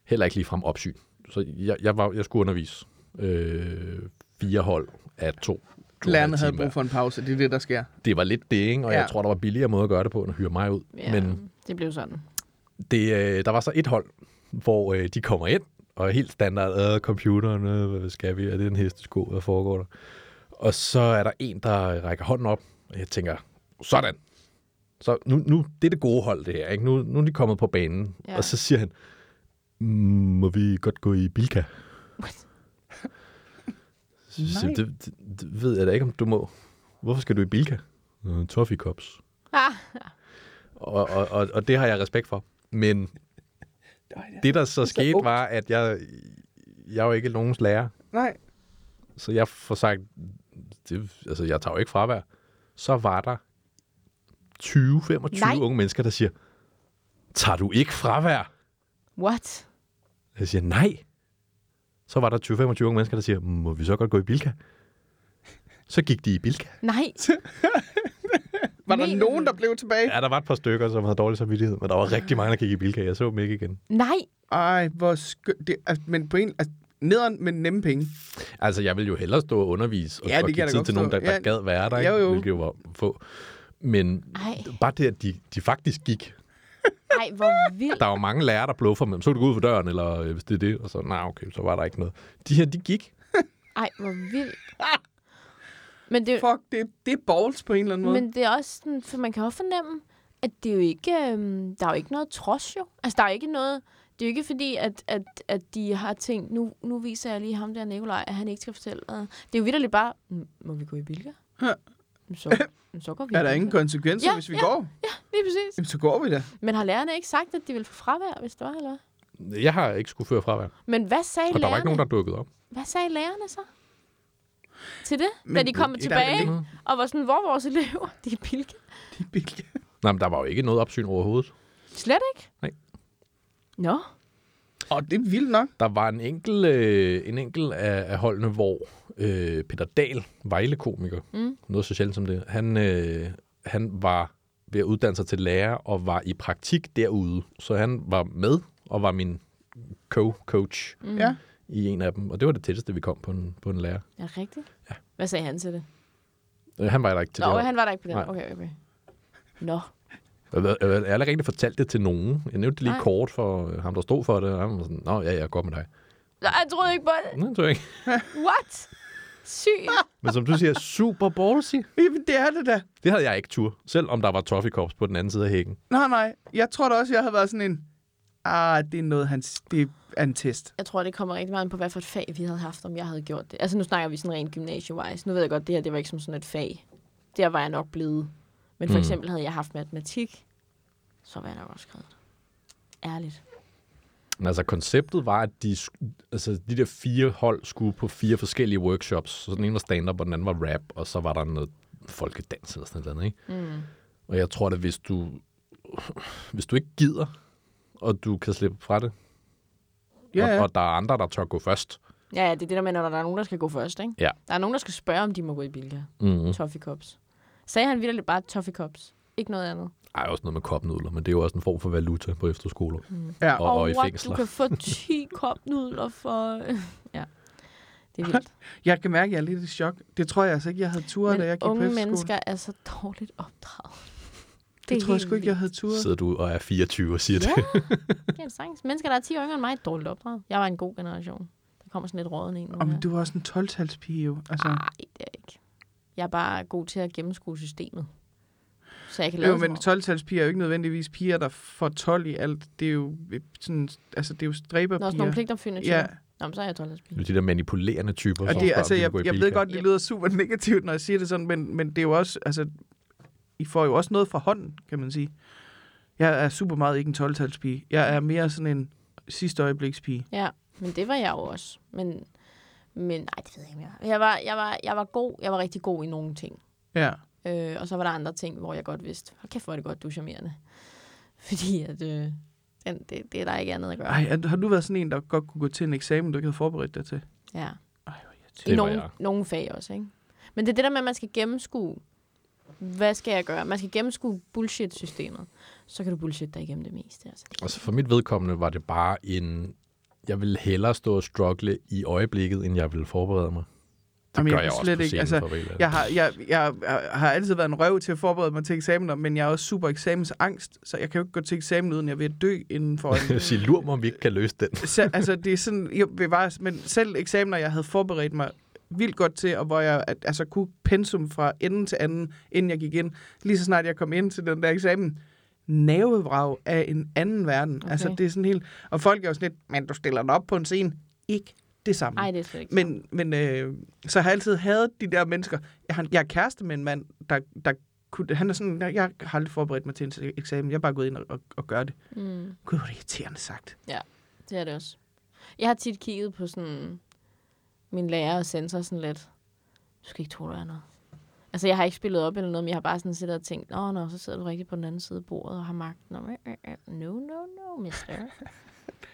S2: heller ikke ligefrem opsyn. Så jeg, jeg, var, jeg skulle undervise øh, fire hold af to. to
S3: Lærerne havde
S2: timer.
S3: brug for en pause, det er det, der sker.
S2: Det var lidt det, ikke? og ja.
S3: Ja.
S2: jeg tror, der var billigere måde at gøre det på, end at hyre mig ud.
S4: ja.
S2: Men
S4: Men... Det blev sådan.
S2: det, øh, der var så et hold, hvor øh, de kommer ind, og helt standard, øh, computeren, øh, hvad skal vi, er det en hestesko, hvad foregår der? Og så er der en, der rækker hånden op, og jeg tænker, sådan. Så nu, nu det er det gode hold, det her. Ikke? Nu, nu er de kommet på banen.
S4: Ja.
S2: Ja. Og så siger han, "Mm, må vi godt gå i Bilka?
S4: What? [LAUGHS]
S2: Så siger
S3: Nej.
S2: jeg, det, det, det ved jeg da ikke, om du må. Hvorfor skal du i Bilka? "Øh, Toffee cups.
S4: Ah,
S2: Og, og, og, og det har jeg respekt for. Men det, der så skete,
S3: ungt.
S2: var, at jeg, jeg er jo ikke nogens lærer,
S3: Nej.
S2: så jeg får sagt, det, altså, jeg tager jo ikke fravær. Så var der 20-25
S4: Nej.
S2: unge mennesker, der siger, tager du ikke fravær?
S4: what?
S2: Jeg siger, nej. Så var der 20-25 unge mennesker, der siger, må vi så godt gå i Bilka? Så gik de i Bilka.
S4: Nej.
S3: Var der
S4: Mener
S3: nogen, der blev tilbage?
S2: Ja, der var et par stykker, som havde dårlig samvittighed, men der var rigtig mange, der gik i Bilka. Jeg så dem ikke igen.
S4: Nej.
S3: Ej, hvor skønt. Det, altså, men på en... Altså, nederen, men nemme penge.
S2: Altså, jeg ville jo hellere stå og undervise, og,
S3: Ja, det
S2: ja, og
S3: kan
S2: give
S3: jeg da
S2: tid
S3: godt
S2: til nogen, der,
S3: forstå.
S2: der
S3: Ja.
S2: gad være der, ikke?
S3: Jo, jo.
S2: hvilket jo var få. Men
S4: Ej.
S2: bare det, at de, de faktisk gik.
S4: Nej, hvor vildt.
S2: Der var mange lærere, der bluffer med dem. Så kunne du gå ud for døren, eller øh, hvis det er det. Og så, nej, okay, så var der ikke noget. De her, de gik.
S4: Ej, hvor [LAUGHS] vildt. Men det,
S3: Fuck, det, det er balls på en eller anden måde.
S4: men det er også sådan, for man kan også fornemme, at det er jo ikke, øhm, der er jo ikke noget trods jo. Altså, der er jo ikke noget, det er jo ikke fordi, at, at, at de har tænkt, nu, nu viser jeg lige ham der, Nikolaj, at han ikke skal fortælle noget. Det er jo vitterligt bare, "Mm, må vi gå i Bilka?
S3: Ja.
S4: "Mm, Så, "Mm, så
S3: [LAUGHS]
S4: går vi i
S3: er der
S4: Bilka."
S3: ingen konsekvenser,
S4: Ja,
S3: hvis vi
S4: ja.
S3: går?
S4: Lige præcis.
S3: Jamen, så går vi da.
S4: Men har lærerne ikke sagt, at de ville få fravær, hvis det var, eller hvad?
S2: Jeg har ikke skulle føre fravær.
S4: Men hvad sagde
S2: Og der var
S4: lærerne?
S2: ikke nogen, der dukkede op.
S4: Hvad sagde lærerne så? Til det, Men, da
S3: Men-
S4: de kom
S3: Der er
S4: tilbage,
S3: vel
S4: og var sådan, hvor er vores elever? De er pilke.
S3: De er billige.
S2: Nej, men der var jo ikke noget opsyn overhovedet.
S4: Slet ikke?
S2: Nej.
S4: Nå.
S3: Og det er vildt nok.
S2: Der var en enkelt øh, en enkel af, af holdene, hvor øh, Peter Dahl, Vejle-komiker, mm. noget så sjældent som det, han, øh, han var ved at uddanne sig til lærer og var i praktik derude. Så han var med og var min co-coach
S3: Mm. Ja.
S2: i en af dem. Og det var det tætteste, vi kom på en, på en lærer.
S4: Er det rigtigt? Ja. Hvad sagde han til det?
S2: Øh, Han var der ikke til
S4: Nå,
S2: det.
S4: det
S2: her.
S4: han var der ikke på den.
S2: Nej.
S4: Okay, okay. Nå.
S2: Jeg ved- Jeg har aldrig rigtig fortalt det til nogen. Jeg nævnte det lige
S4: Nej.
S2: kort for øh, ham, der stod for det. Og han var sådan, nå ja, jeg er godt med dig.
S4: Nå, jeg troede ikke på det.
S2: Nej, det tror jeg ikke.
S4: What? Sygt.
S2: Men som du siger, super ballsy.
S3: Jamen, det er det da.
S2: Det havde jeg ikke tur, selv om der var toffee cups på den anden side af hækken.
S3: Nej, nej. Jeg tror da også, jeg havde været sådan en... Ah, det er noget, han... Det er en test.
S4: Jeg tror, det kommer rigtig meget an på, hvad for et fag vi havde haft, om jeg havde gjort det. Altså, nu snakker vi sådan rent gymnasievejs. Nu ved jeg godt, det her det var ikke som sådan et fag. Der var jeg nok blevet. Men for mm. eksempel havde jeg haft matematik, så var jeg nok også skrevet det. Ærligt.
S2: Men altså, konceptet var, at de, sk- altså, de der fire hold skulle på fire forskellige workshops. Så den ene var stand-up, og den anden var rap, og så var der noget folkedans eller sådan noget. Ikke? Mm. Og jeg tror da, hvis du, hvis du ikke gider, og du kan slippe fra det,
S3: Ja,
S2: og,
S3: ja.
S2: og der er andre, der tør gå først.
S4: Ja, ja, det er det der med, når der er nogen, der skal gå først, ikke?
S2: Ja.
S4: Der er nogen, der skal spørge, om de må gå i Bilka.
S2: Mm.
S4: Toffee Cups. Sagde han vildt bare Toffee Cups? Ikke noget andet.
S2: Ej, også noget med kopnudler, men det er jo også en form for valuta på efterskoler. Mm.
S3: Ja.
S2: Og, og i
S4: what,
S2: fængsler.
S4: du kan
S2: [LAUGHS]
S4: få 10 kopnudler for... øh, ja, det er vildt.
S3: Jeg kan mærke, at jeg er lidt i chok. Det tror jeg altså ikke, jeg havde turet, da jeg
S4: Men
S3: gik på
S4: unge
S3: efterskole.
S4: mennesker er så dårligt opdraget.
S3: Det, det tror jeg sgu ikke, jeg havde turet.
S2: Sidder du og er 24 og
S3: [LAUGHS]
S2: siger det.
S4: Ja, det er en sang. Mennesker, der er 10 år yngre end mig, er dårligt opdraget. Jeg var en god generation. Der kommer sådan lidt råden ind nu.
S3: Om
S4: her.
S3: du var også en 12-talspige jo. Altså,
S4: Nej, Ah, det er jeg ikke. Jeg er bare god til at gennemskue systemet. Så jeg kan lade
S3: jo,
S4: jo,
S3: men
S4: men
S3: 12-talspiger er jo ikke nødvendigvis piger, der får 12 i alt. Det er jo øh, sådan, altså, det er jo
S4: Når sådan nogle
S3: stræberpiger.
S4: pligtopfyldende typer.
S3: Ja,
S4: Ja. Nå, men så er jeg 12
S2: Det er de der manipulerende typer,
S3: og
S2: som
S3: det,
S2: spørger,
S3: altså,
S2: om de må
S3: jeg,
S2: gå i
S3: jeg
S2: Bilka.
S3: ved godt, det
S4: Yep.
S3: lyder super negativt, når jeg siger det sådan, men, men det er jo også, altså, I får jo også noget fra hånden, kan man sige. Jeg er super meget ikke en 12-talspige. Jeg er mere sådan en sidste øjeblikspige.
S4: Ja, men det var jeg jo også. Men, men nej, det ved jeg ikke mere. Jeg var, jeg, var, jeg var god. Jeg var rigtig god i nogle ting.
S3: Ja.
S4: Øh, og så var der andre ting, hvor jeg godt vidste, hold kæft, hvor er det godt, du er charmerende. [LAUGHS] Fordi at, øh, den, det, det er der ikke andet at gøre.
S3: Ej, er- har du været sådan en, der godt kunne gå til en eksamen, du ikke havde forberedt dig til?
S4: Ja.
S3: Ej,
S2: Det
S4: I
S2: var
S4: nogle,
S2: jeg.
S4: nogle fag også, ikke? Men det er det der med, at man skal gennemskue, hvad skal jeg gøre? Man skal gennemskue bullshit-systemet. Så kan du bullshit dig igennem det meste. Altså.
S2: Altså for mit vedkommende var det bare en... Jeg ville hellere stå og struggle i øjeblikket, end jeg ville forberede mig. Det
S3: Jamen, jeg
S2: gør
S3: kan
S2: jeg, også
S3: slet
S2: på
S3: ikke,
S2: scenen
S3: altså,
S2: for Vela.
S3: Jeg har, jeg, jeg, jeg har altid været en røv til at forberede mig til eksamener, men jeg er også super eksamensangst, så jeg kan jo ikke gå til eksamen, uden jeg vil dø inden for en...
S2: Sig lur mig, om vi ikke kan løse den.
S3: Så, altså, det er sådan... Jo, bevares, men selv eksamener, jeg havde forberedt mig vildt godt til, og hvor jeg at, altså, kunne pensum fra ende til anden, inden jeg gik ind. Lige så snart jeg kom ind til den der eksamen, navevrag af en anden verden. Okay. Altså,
S4: Okay.
S3: det er sådan helt... Og folk er jo sådan lidt, men du stiller den op på en scene. Ikke det samme.
S4: Ej, det er slet ikke sådan.
S3: Men, men øh, så har jeg altid hadet de der mennesker. Jeg, har, jeg er kæreste med en mand, der, der kunne, han er sådan, jeg, jeg har aldrig forberedt mig til en eksamen. Jeg er bare gået ind og, og, og gør det.
S4: Mm,
S3: Gud, hvor er det irriterende sagt.
S4: det er det også. Jeg har tit kigget på sådan min lærer og sensor sådan lidt. Du skal ikke tro, du er noget. Altså, jeg har ikke spillet op eller noget, men jeg har bare sådan siddet og tænkt, nå, nå, så sidder du rigtig på den anden side af bordet og har magten. Og, øh, øh, øh, No, no, no, mister.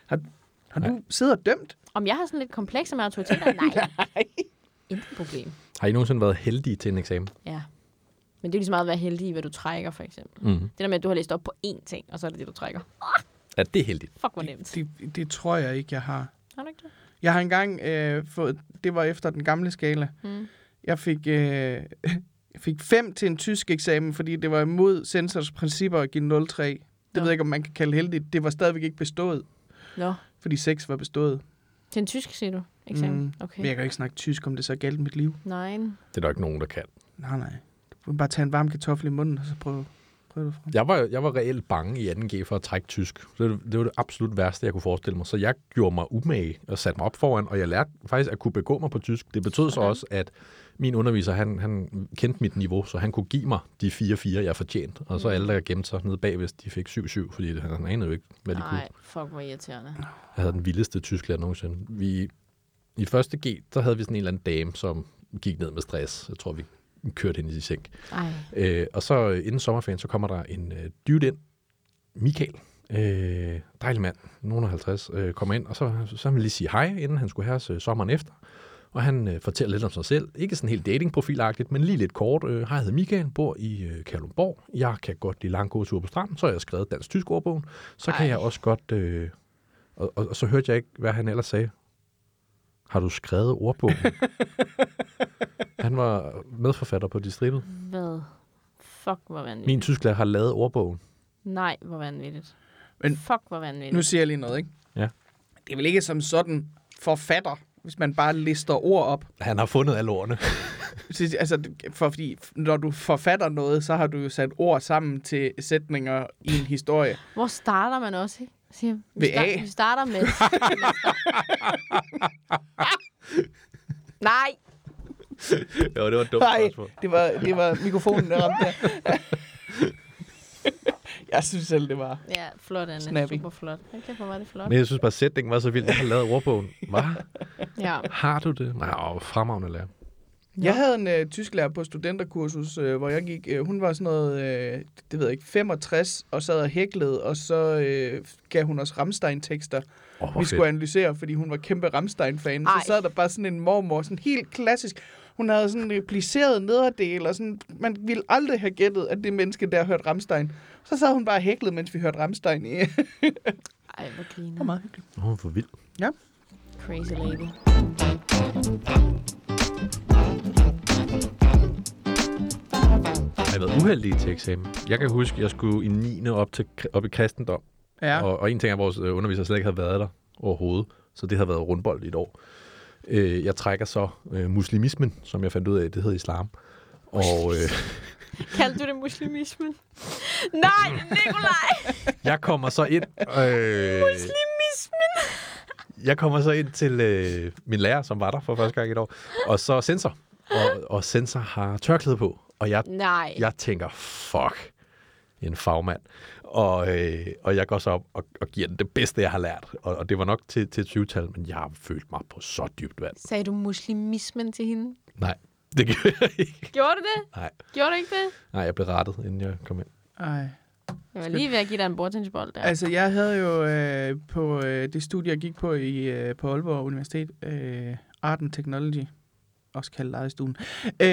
S3: Har du siddet og dømt?
S4: Om jeg har sådan lidt komplekser med autoriteter? Nej. Nej. Intet problem.
S2: Har I nogensinde været heldige til en eksamen?
S4: Ja. Men det er jo lige så meget at være heldig i, hvad du trækker, for eksempel.
S2: Mhm.
S4: Det der med, at du har læst op på én ting, og så er det det, du trækker.
S2: Ja, det er heldigt.
S4: Fuck, hvor nemt.
S3: Det, det tror jeg ikke, jeg har.
S4: Har du ikke det?
S3: Jeg har engang øh, fået, det var efter den gamle skala,
S4: Mm.
S3: jeg fik, øh, [LAUGHS] jeg fik fem til en tysk eksamen, fordi det var imod sensors principper at give 0,3. Det
S4: Nå.
S3: ved jeg ikke, om man kan kalde heldigt. Det var stadigvæk ikke bestået,
S4: Nå.
S3: fordi 6 var bestået.
S4: Til en tysk, siger du? Eksamen?
S3: Mm.
S4: Mm. Okay.
S3: Men jeg kan jo ikke snakke tysk, om det så galt mit liv.
S4: Nej.
S2: Det er der ikke nogen, der kan.
S3: Nej, nej. Du kan bare tage en varm kartoffel i munden, og så prøve, prøve det frem.
S2: Jeg var, jeg var reelt bange i 2G for at trække tysk. Det, var- det var det absolut værste, jeg kunne forestille mig. Så jeg gjorde mig umage og satte mig op foran, og jeg lærte faktisk at kunne begå mig på tysk. Det betød så
S4: Sådan.
S2: også, at min underviser, han, han kendte mit niveau, så han kunne give mig de 4-4, jeg fortjente. Og så
S4: Mm.
S2: alle, der gemte sig nede bagved, de fik 7-7, fordi det- han anede jo ikke, hvad de kunne.
S4: Nej, fuck, hvor irriterende.
S2: Jeg havde den vildeste tysklærer nogensinde. Vi, I første G, der havde vi sådan en eller anden dame, som gik ned med stress. Jeg tror, vi kørte hende i seng.
S4: Ej.
S2: Øh, og så øh, inden sommerferien, så kommer der en øh, dude ind, Michael, øh, dejlig mand, nogen af 50, øh, kommer ind, og så, så vil han lige sige hej, inden han skulle have os øh, sommeren efter. Og han øh, fortæller lidt om sig selv. Ikke sådan helt datingprofilagtigt, men lige lidt kort. Øh, hej, jeg hedder Michael, bor i øh, Kalundborg. Jeg kan godt lide lange gåture på stranden, så har jeg skrevet dansk-tysk ordbogen. Så kan
S4: Ej.
S2: jeg også godt... Øh, og, og, og så hørte jeg ikke, hvad han ellers sagde. Har du skrevet ordbogen? han var medforfatter på distribet.
S4: Hvad? Fuck, hvor vanvittigt.
S2: Min tysklærer har lavet ordbogen.
S4: Nej, hvor vanvittigt.
S3: Men-
S4: Men... Fuck, hvor vanvittigt.
S3: Nu siger jeg lige noget, ikke?
S2: Ja.
S3: Det er vel ikke som sådan forfatter, hvis man bare lister ord op.
S2: Han har fundet alle ordene.
S3: Så- Altså, det- for, fordi når du forfatter noget, så har du jo sat ord sammen til sætninger i en historie.
S4: Hvor starter man også, ikke? Siger, vi,
S3: Ved
S4: start,
S3: A.
S4: vi starter med... Nej,
S2: [LAUGHS] jo, det var et dumt
S3: Nej, det var, det var mikrofonen, der ramte der. Jeg synes selv, det var...
S4: Ja, flot, Anne.
S3: Snappy.
S4: Super flot. Okay, hvor var det flot.
S2: Men jeg synes bare, sætningen var så vild, jeg har lavet ordbogen. Hvad?
S1: Ja.
S2: Har du det? Nej, åh, fremragende lærer.
S3: Jeg havde en øh, tysklærer på studenterkursus, øh, hvor jeg gik. Øh, hun var sådan noget, øh, det ved jeg ikke, 65, og sad og hæklede, og så øh, gav hun os Ramstein-tekster,
S2: Åh, hvor
S3: vi skulle
S2: fedt.
S3: analysere, fordi hun var kæmpe Ramstein-fan.
S1: Ej.
S3: Så sad der bare sådan en mormor, sådan helt klassisk. Hun havde sådan en plisseret nederdel, og sådan, man ville aldrig have gættet, at det menneske der hørte Ramstein. Så sad hun bare og hæklede, mens vi hørte Ramstein. I. det
S4: Ej, hvor griner.
S3: var meget hyggeligt.
S2: Åh, hvor vildt.
S4: Crazy lady.
S2: Jeg har været uheldig til eksamen. Jeg kan huske, jeg skulle i 9. op, til, op i kristendom. Ja.
S3: Ja.
S2: Og, og en ting er, at vores øh, underviser slet ikke havde været der overhovedet, så det havde været rundbold i et år. Øh, jeg trækker så øh, muslimismen, som jeg fandt ud af, det hed islam. Og øh,
S4: Kaldte du det muslimismen? Nej, Nikolaj!
S2: [LAUGHS] jeg kommer så ind... Øh,
S4: Muslimismen!
S2: jeg kommer så ind til øh, min lærer, som var der for første gang i et år, og så sensor. Og, og sensor har tørklæde på, og jeg
S4: Nej.
S2: jeg tænker, fuck, en fagmand. Og, øh, og jeg går så op og, og giver den det bedste, jeg har lært. Og, og det var nok til, til 20-tal, men jeg har følt mig på så dybt vand.
S4: Sagde du muslimismen til hende?
S2: Nej, det gjorde jeg ikke.
S4: Gjorde du det?
S2: Nej,
S4: Gjorde du ikke det?
S2: nej jeg blev rettet, inden jeg kom ind.
S3: Ej.
S4: Jeg var lige ved at give dig en bordtennisbold der.
S3: Altså, jeg havde jo øh, på øh, det studie, jeg gik på i, øh, på Aalborg Universitet, øh, Art and Technology, også kaldet lejestuen, øh,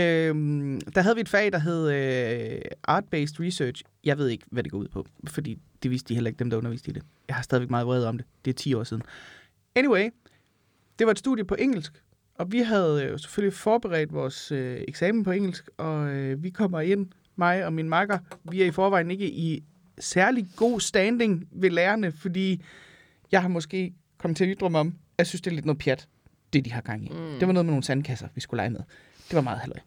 S3: der havde vi et fag, der hed øh, Art-Based Research. Jeg ved ikke, hvad det går ud på, fordi det vidste de heller ikke, dem der underviste i det. Jeg har stadigvæk meget vred om det. Det er 10 år siden. Anyway, det var et studie på engelsk, og vi havde øh, selvfølgelig forberedt vores øh, eksamen på engelsk, og øh, vi kommer ind, mig og min makker, vi er i forvejen ikke i særlig god standing ved lærerne, fordi jeg har måske kommet til at ytre mig om, at jeg synes, det er lidt noget pjat, det de har gang i. Mm. Det var noget med nogle sandkasser, vi skulle lege med. Det var meget halløj.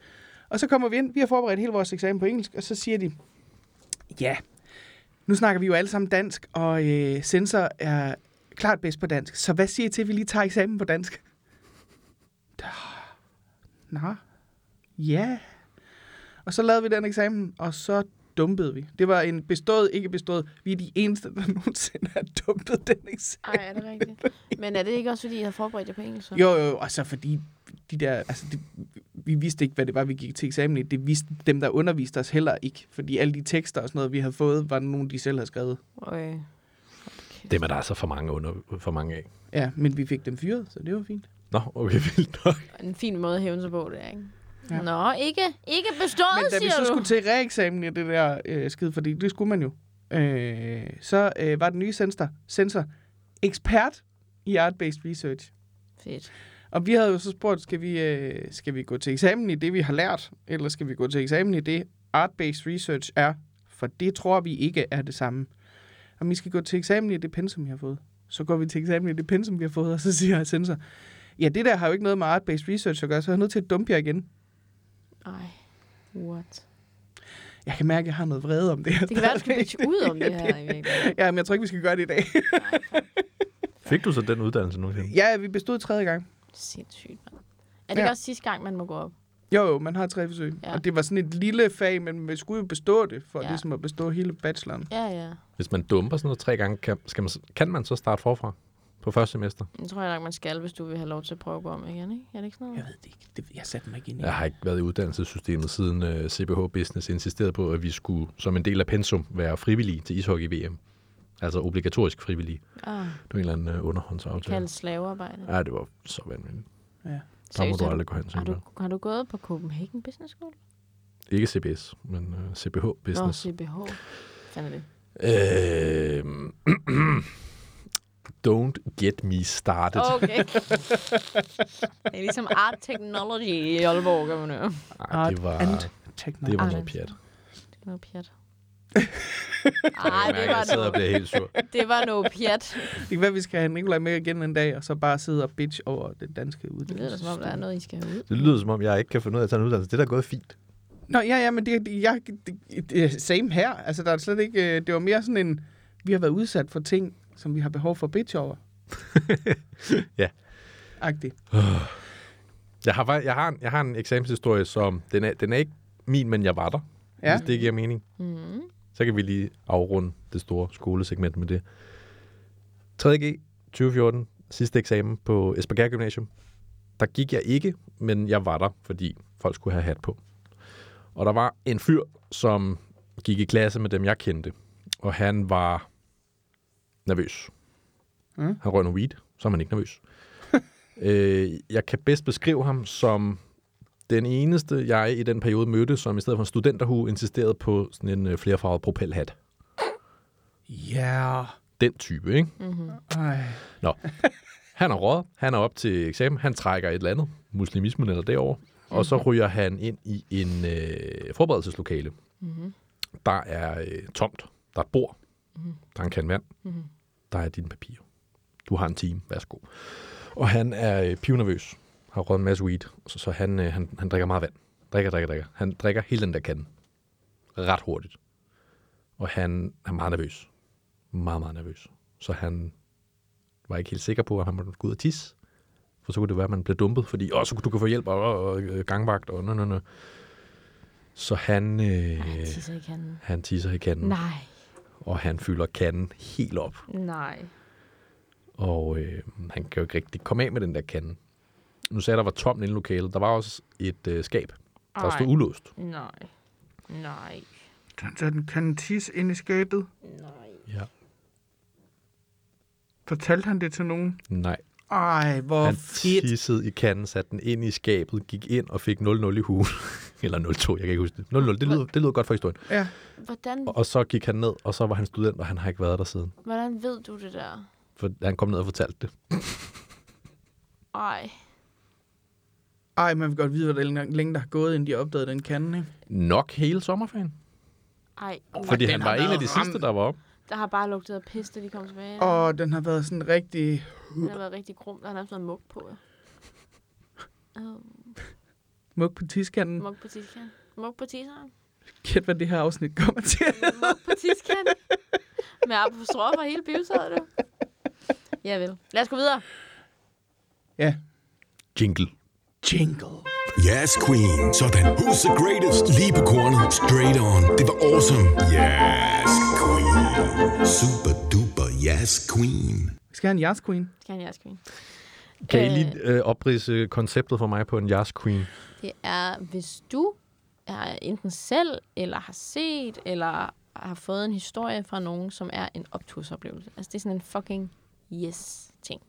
S3: Og så kommer vi ind, vi har forberedt hele vores eksamen på engelsk, og så siger de, ja, nu snakker vi jo alle sammen dansk, og øh, sensor er klart bedst på dansk, så hvad siger I til, at vi lige tager eksamen på dansk? Nå, ja. Og så lavede vi den eksamen, og så dumpede vi. Det var en bestået, ikke bestået. Vi er de eneste, der [LAUGHS] nogensinde har dumpet den eksamen.
S4: Ej, er det rigtigt? Men er det ikke også, fordi I har forberedt jer på engelsk? så?
S3: Jo, jo, og så fordi de der, altså det, vi vidste ikke, hvad det var, vi gik til eksamen i. Det vidste dem, der underviste os heller ikke. Fordi alle de tekster og sådan noget, vi havde fået, var nogle, de selv havde skrevet.
S4: Okay.
S2: Dem er der altså for mange, under, for mange af.
S3: Ja, men vi fik dem fyret, så det var fint.
S2: Nå, okay, vildt nok.
S4: En fin måde at hævne sig på, det er, ikke?
S3: Ja.
S4: Ja. Nå, ikke, ikke bestået,
S3: Men da vi
S4: siger
S3: så
S4: du.
S3: skulle til reeksamen i det der øh, skid, fordi det skulle man jo, øh, så øh, var den nye sensor, sensor ekspert i art-based research.
S4: Fedt.
S3: Og vi havde jo så spurgt, skal vi, øh, skal vi gå til eksamen i det, vi har lært, eller skal vi gå til eksamen i det, art-based research er? For det tror vi ikke er det samme. Om I skal gå til eksamen i det pensum, jeg har fået. Så går vi til eksamen i det pensum, vi har fået, og så siger jeg sensor, ja, det der har jo ikke noget med art-based research at gøre, så jeg er nødt til at dumpe jer igen.
S4: Ej, what?
S3: Jeg kan mærke, at jeg har noget vrede om det her.
S4: Det kan være, du skal bitche ud om det her i virkeligheden.
S3: Ja, men jeg tror ikke, vi skal gøre det i
S4: [LAUGHS]
S3: dag.
S2: Fik du så den uddannelse nogensinde?
S3: ja, vi bestod tredje gang.
S4: Sindssygt, mand. Er det ikke
S3: Ja.
S4: også sidste gang, man må gå op?
S3: Jo, jo, man har tre forsøg. Ja.
S4: Ja.
S3: Og det var sådan et lille fag, men vi skulle jo bestå det, for ja.
S4: Ja.
S3: ligesom at bestå hele bacheloren.
S4: Ja, ja.
S2: Hvis man dumper sådan noget tre gange, kan, skal man, kan man så starte forfra på første semester?
S4: Det tror jeg nok, man skal, hvis du vil have lov til at prøve at gå om igen, ikke? Er det ikke sådan
S3: Jeg
S4: noget?
S3: ved det ikke. Det, jeg satte mig ikke ind i.
S2: Jeg har ikke været i uddannelsessystemet siden øh, CBH Business insisterede på, at vi skulle som en del af pensum være frivillige til ishockey-VM. Altså obligatorisk frivillige.
S4: Ah,
S2: Det var en eller anden øh, underhåndsaftale.
S4: kaldt slavearbejde.
S2: Ja, det var så vanvittigt.
S3: Ja.
S2: Der må
S4: Seriøst,
S2: du
S4: er du-
S2: aldrig gå hen til.
S4: Har du, har du gået på Copenhagen Business School?
S2: Ikke CBS, men uh, CBH Business.
S4: Nå, CBH. Fandt det.
S2: Øh, [CLEARS THROAT] don't get me started. Oh.
S4: Okay. det er ligesom art technology i Aalborg, kan man høre.
S2: Ej, Ah, det var, det var noget pjat.
S4: Det er noget
S2: [LAUGHS]
S4: pjat. Ej, det
S2: jeg
S4: var
S2: sidder og
S4: noget,
S2: bliver helt sur.
S4: det var noget pjat.
S3: Det kan være, vi skal have Nikolaj med igen en dag, og så bare sidde og bitch over den danske
S4: Det lyder da, som om, der er
S3: uddannelse.
S4: noget, I skal have ud.
S2: Det lyder som om, jeg ikke kan finde ud af at tage en uddannelse. Det der er da gået fint.
S3: Nå, ja, ja, men det, det- jeg, det, det, same her. Altså, der er slet ikke, øh, det var mere sådan en, vi har været udsat for ting, som vi har behov for at bitch over.
S2: [LAUGHS] Ja.
S3: Agtigt.
S2: Jeg har, fakt- jeg har, en, jeg har en eksamenshistorie, som den er, den er ikke min, men jeg var der, ja.
S3: Ja.
S2: hvis det giver mening.
S4: Mm.
S2: Så kan vi lige afrunde det store skolesegment med det. 3.G 2014, sidste eksamen på Esbjerg Gymnasium. Der gik jeg ikke, men jeg var der, fordi folk skulle have hat på. Og der var en fyr, som gik i klasse med dem, jeg kendte. Og han var nervøs.
S3: Mm.
S2: Mm. Han røg noget weed, så er man ikke [LAUGHS] nervøs. øh, jeg kan bedst beskrive ham som den eneste, jeg i den periode mødte, som i stedet for en studenterhue insisterede på sådan en øh, flerfarvet propelhat.
S3: Ja.
S2: Den type, ikke?
S3: Ej.
S2: Nå. Han er råd, han er op til eksamen, han trækker et eller andet, muslimismen eller derover, og så ryger han ind i en øh, forberedelseslokale. Mm-hmm. Der er øh, tomt, der er et bord, mm-hmm. der er en kan vand, mm-hmm. der er dine papirer. Du har en time, værsgo. Og han er øh, pivnervøs, har røget en masse weed, så, så han, øh, han, han drikker meget vand. Drikker, drikker, drikker. Han drikker hele den der kan. Ret hurtigt. Og han er meget nervøs. Meget, meget nervøs. Så han var ikke helt sikker på, at han måtte gå ud og tisse. For så kunne det være, at man blev dumpet, fordi åh, så du kan få hjælp, og, og, og øh, gangvagt, og nø, nø, nø. Så han, øh,
S4: Han tisser i kanden.
S2: han tisser i kanden, Nej.
S4: Nej,
S2: og han fylder kanden helt op.
S4: nej.
S2: Og øh, han kan jo ikke rigtig komme af med den der kande. Nu sagde jeg, der var tomt inde i lokalet. Der var også et øh, skab, der
S4: Ej.
S2: stod ulåst.
S4: Nej. Nej.
S3: Den, den kan tisse ind i skabet.
S4: Nej.
S2: Ja.
S3: Fortalte han det til nogen?
S2: Nej,
S3: Ej, hvor
S2: han
S3: fedt.
S2: tissede i kanden, satte den ind i skabet, gik ind og fik 0-0 i huen. [LAUGHS] Eller 0-2, jeg kan ikke huske det. 0-0, det lyder, det lyder godt for historien.
S3: Ja.
S4: Hvordan,
S2: Og så gik han ned, og så var han student, og han har ikke været der siden.
S4: hvordan ved du det der?
S2: For han kom ned og fortalte det.
S4: Ej.
S3: Ej, man vil godt vide, hvor længe- længe der har gået, inden de opdagede den kande, ikke?
S2: Nok hele sommerferien.
S4: Ej.
S2: Fordi
S3: den
S2: han
S3: har
S2: var en af
S3: været
S2: de
S3: ramt.
S2: sidste, der var op.
S4: Der har bare lugtet af pis, da de kom tilbage.
S3: Og den har været sådan rigtig...
S4: Den har været rigtig grum. Der har nærmest været mug på.
S2: [LAUGHS]
S4: Ja. Oh,
S3: Mug på tiskanden.
S4: mug på tiskeren. Mug på tisseren.
S3: Gæt, hvad det her afsnit kommer til.
S4: Mug på tiskeren. Med apostrofer hele bivsøjet, du. Ja vel. Lad os gå videre.
S3: ja.
S2: Jingle.
S3: Jingle.
S5: Yes, queen. Sådan. Who's the greatest? Lige på kornet. Straight on. Det var awesome. Yes, queen. Super duper. Yes, queen.
S3: Vi skal have en jazz queen.
S4: Skal han jeres queen.
S2: Kan I
S4: Øh.
S2: lige øh, oprise konceptet for mig på en jazz queen?
S4: Det er, hvis du er enten selv, eller har set, eller har fået en historie fra nogen, som er en optursoplevelse. Altså, det er sådan en fucking yes-ting.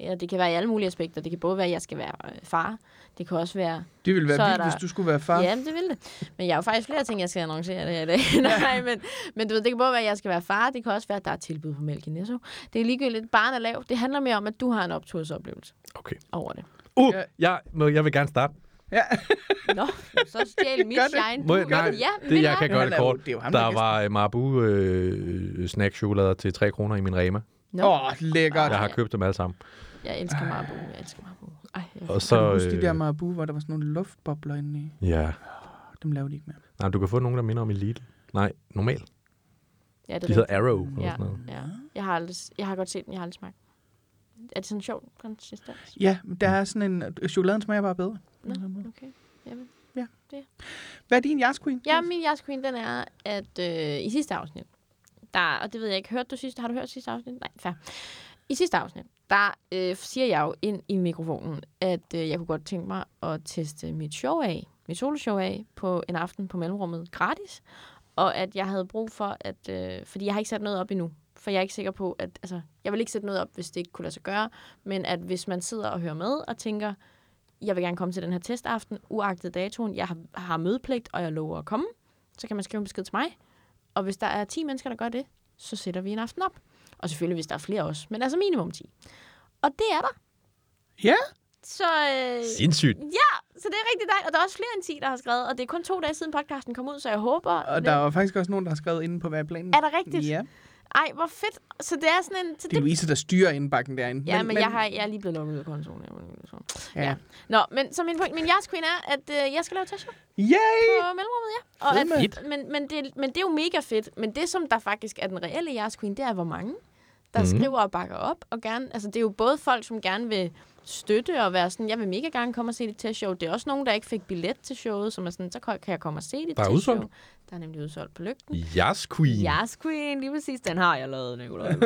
S4: Ja, det kan være i alle mulige aspekter. Det kan både være, at jeg skal være øh, far. Det kan også være...
S3: Det ville være
S4: Så er
S3: vildt,
S4: der-
S3: hvis du skulle være far.
S4: Far. Jamen, det vil det. Men jeg har jo faktisk flere ting, jeg skal annoncere det her i dag. [LAUGHS] Nej, men, men du ved, det kan både være, at jeg skal være far. Det kan også være, at der er tilbud på mælk i Netto. Det er ligegyldigt. Barn er lav. Det handler mere om, at du har en optursoplevelse
S2: Okay.
S4: over det.
S2: Uh,
S3: Ja.
S2: jeg, må, jeg vil gerne starte.
S3: [LAUGHS] Ja.
S4: Nå, så stjæl mit
S3: Gør det.
S4: shine.
S2: Må jeg,
S4: Du-
S2: nej,
S4: ja, vil
S2: det, jeg kan gøre
S3: Han
S2: det
S3: er jo-
S2: kort.
S3: det er jo ham, der er
S2: Der var øh, Marabu øh, snackchokolader til 3 kroner i min Rema.
S4: Nå.
S3: Åh, oh, lækkert.
S2: Jeg
S3: Ja.
S2: har købt dem alle sammen.
S4: Jeg elsker Marabou. Jeg elsker Marabou. Ej, jeg
S2: Og
S3: Kan
S2: så,
S3: du huske de der
S2: øh,
S3: Marabu, hvor der var sådan nogle luftbobler inde i?
S2: ja.
S3: Dem laver de ikke mere.
S2: Nej, du kan få nogen, der minder om Elite. Nej, normal.
S4: ja, det er
S2: De
S4: rigtigt.
S2: hedder Arrow. Eller
S4: ja,
S2: sådan noget.
S4: ja. Jeg, har aldrig, s- jeg har godt set den, jeg har aldrig smagt. den. Er det sådan en sjov konsistens?
S3: Ja, men der er sådan en... øh, Chokoladen smager bare bedre.
S4: Okay. Jamen.
S3: Hvad er din jazz queen?
S4: Ja, min Yas Queen, den er, at øh, i sidste afsnit, der, og det ved jeg ikke, hørte du sidste, har du hørt sidste afsnit? Nej, fair. I sidste afsnit, der øh, siger jeg jo ind i mikrofonen, at øh, jeg kunne godt tænke mig at teste mit show af, mit soloshow af, på en aften på mellemrummet gratis. Og at jeg havde brug for, at, øh, fordi jeg har ikke sat noget op endnu. For jeg er ikke sikker på, at, altså, jeg vil ikke sætte noget op, hvis det ikke kunne lade sig gøre. Men at hvis man sidder og hører med og tænker, jeg vil gerne komme til den her testaften, uagtet datoen, jeg har, har mødepligt, og jeg lover at komme, så kan man skrive en besked til mig. Og hvis der er 10 mennesker, der gør det, så sætter vi en aften op. Og selvfølgelig, hvis der er flere også, men altså minimum 10. Og det er der.
S3: Ja?
S4: Så, øh,
S2: Sindssygt.
S4: ja, så det er rigtig dejligt. Og der er også flere end 10, der har skrevet, og det er kun to dage siden podcasten kom ud, så jeg håber...
S3: Og der var faktisk også nogen, der har skrevet inde på hver planen.
S4: Er det rigtigt?
S3: Ja.
S4: Ej, hvor fedt. Så det er sådan en... Så
S3: Det er Louise, der styrer indbakken derinde.
S4: Ja, men, men jeg, har, jeg er lige blevet lukket ud af kontoen. Jeg er blevet lukket ud af kontoen.
S3: Ja.
S4: Ja. Nå, men så min point, min yes queen er, at øh, jeg skal lave testshow.
S3: Yay!
S4: på mellemrummet, ja. Og
S3: Fedt,
S4: at, men, men, det, men det er jo mega fedt. Men det, som der faktisk er den reelle jeres queen, det er, hvor mange der
S2: Mhm.
S4: mm. skriver og bakker op. Og gerne, altså, det er jo både folk, som gerne vil støtte og være sådan, jeg vil mega gerne komme og se dit testshow. Det er også nogen, der ikke fik billet til showet, som er sådan, så kan jeg komme og se dit
S2: Der er
S4: testshow.
S2: udsolgt.
S4: Der er nemlig udsolgt på lygten.
S2: Yes, queen.
S4: Yes, Queen, lige præcis. Den har jeg lavet, Nicolaj. øh,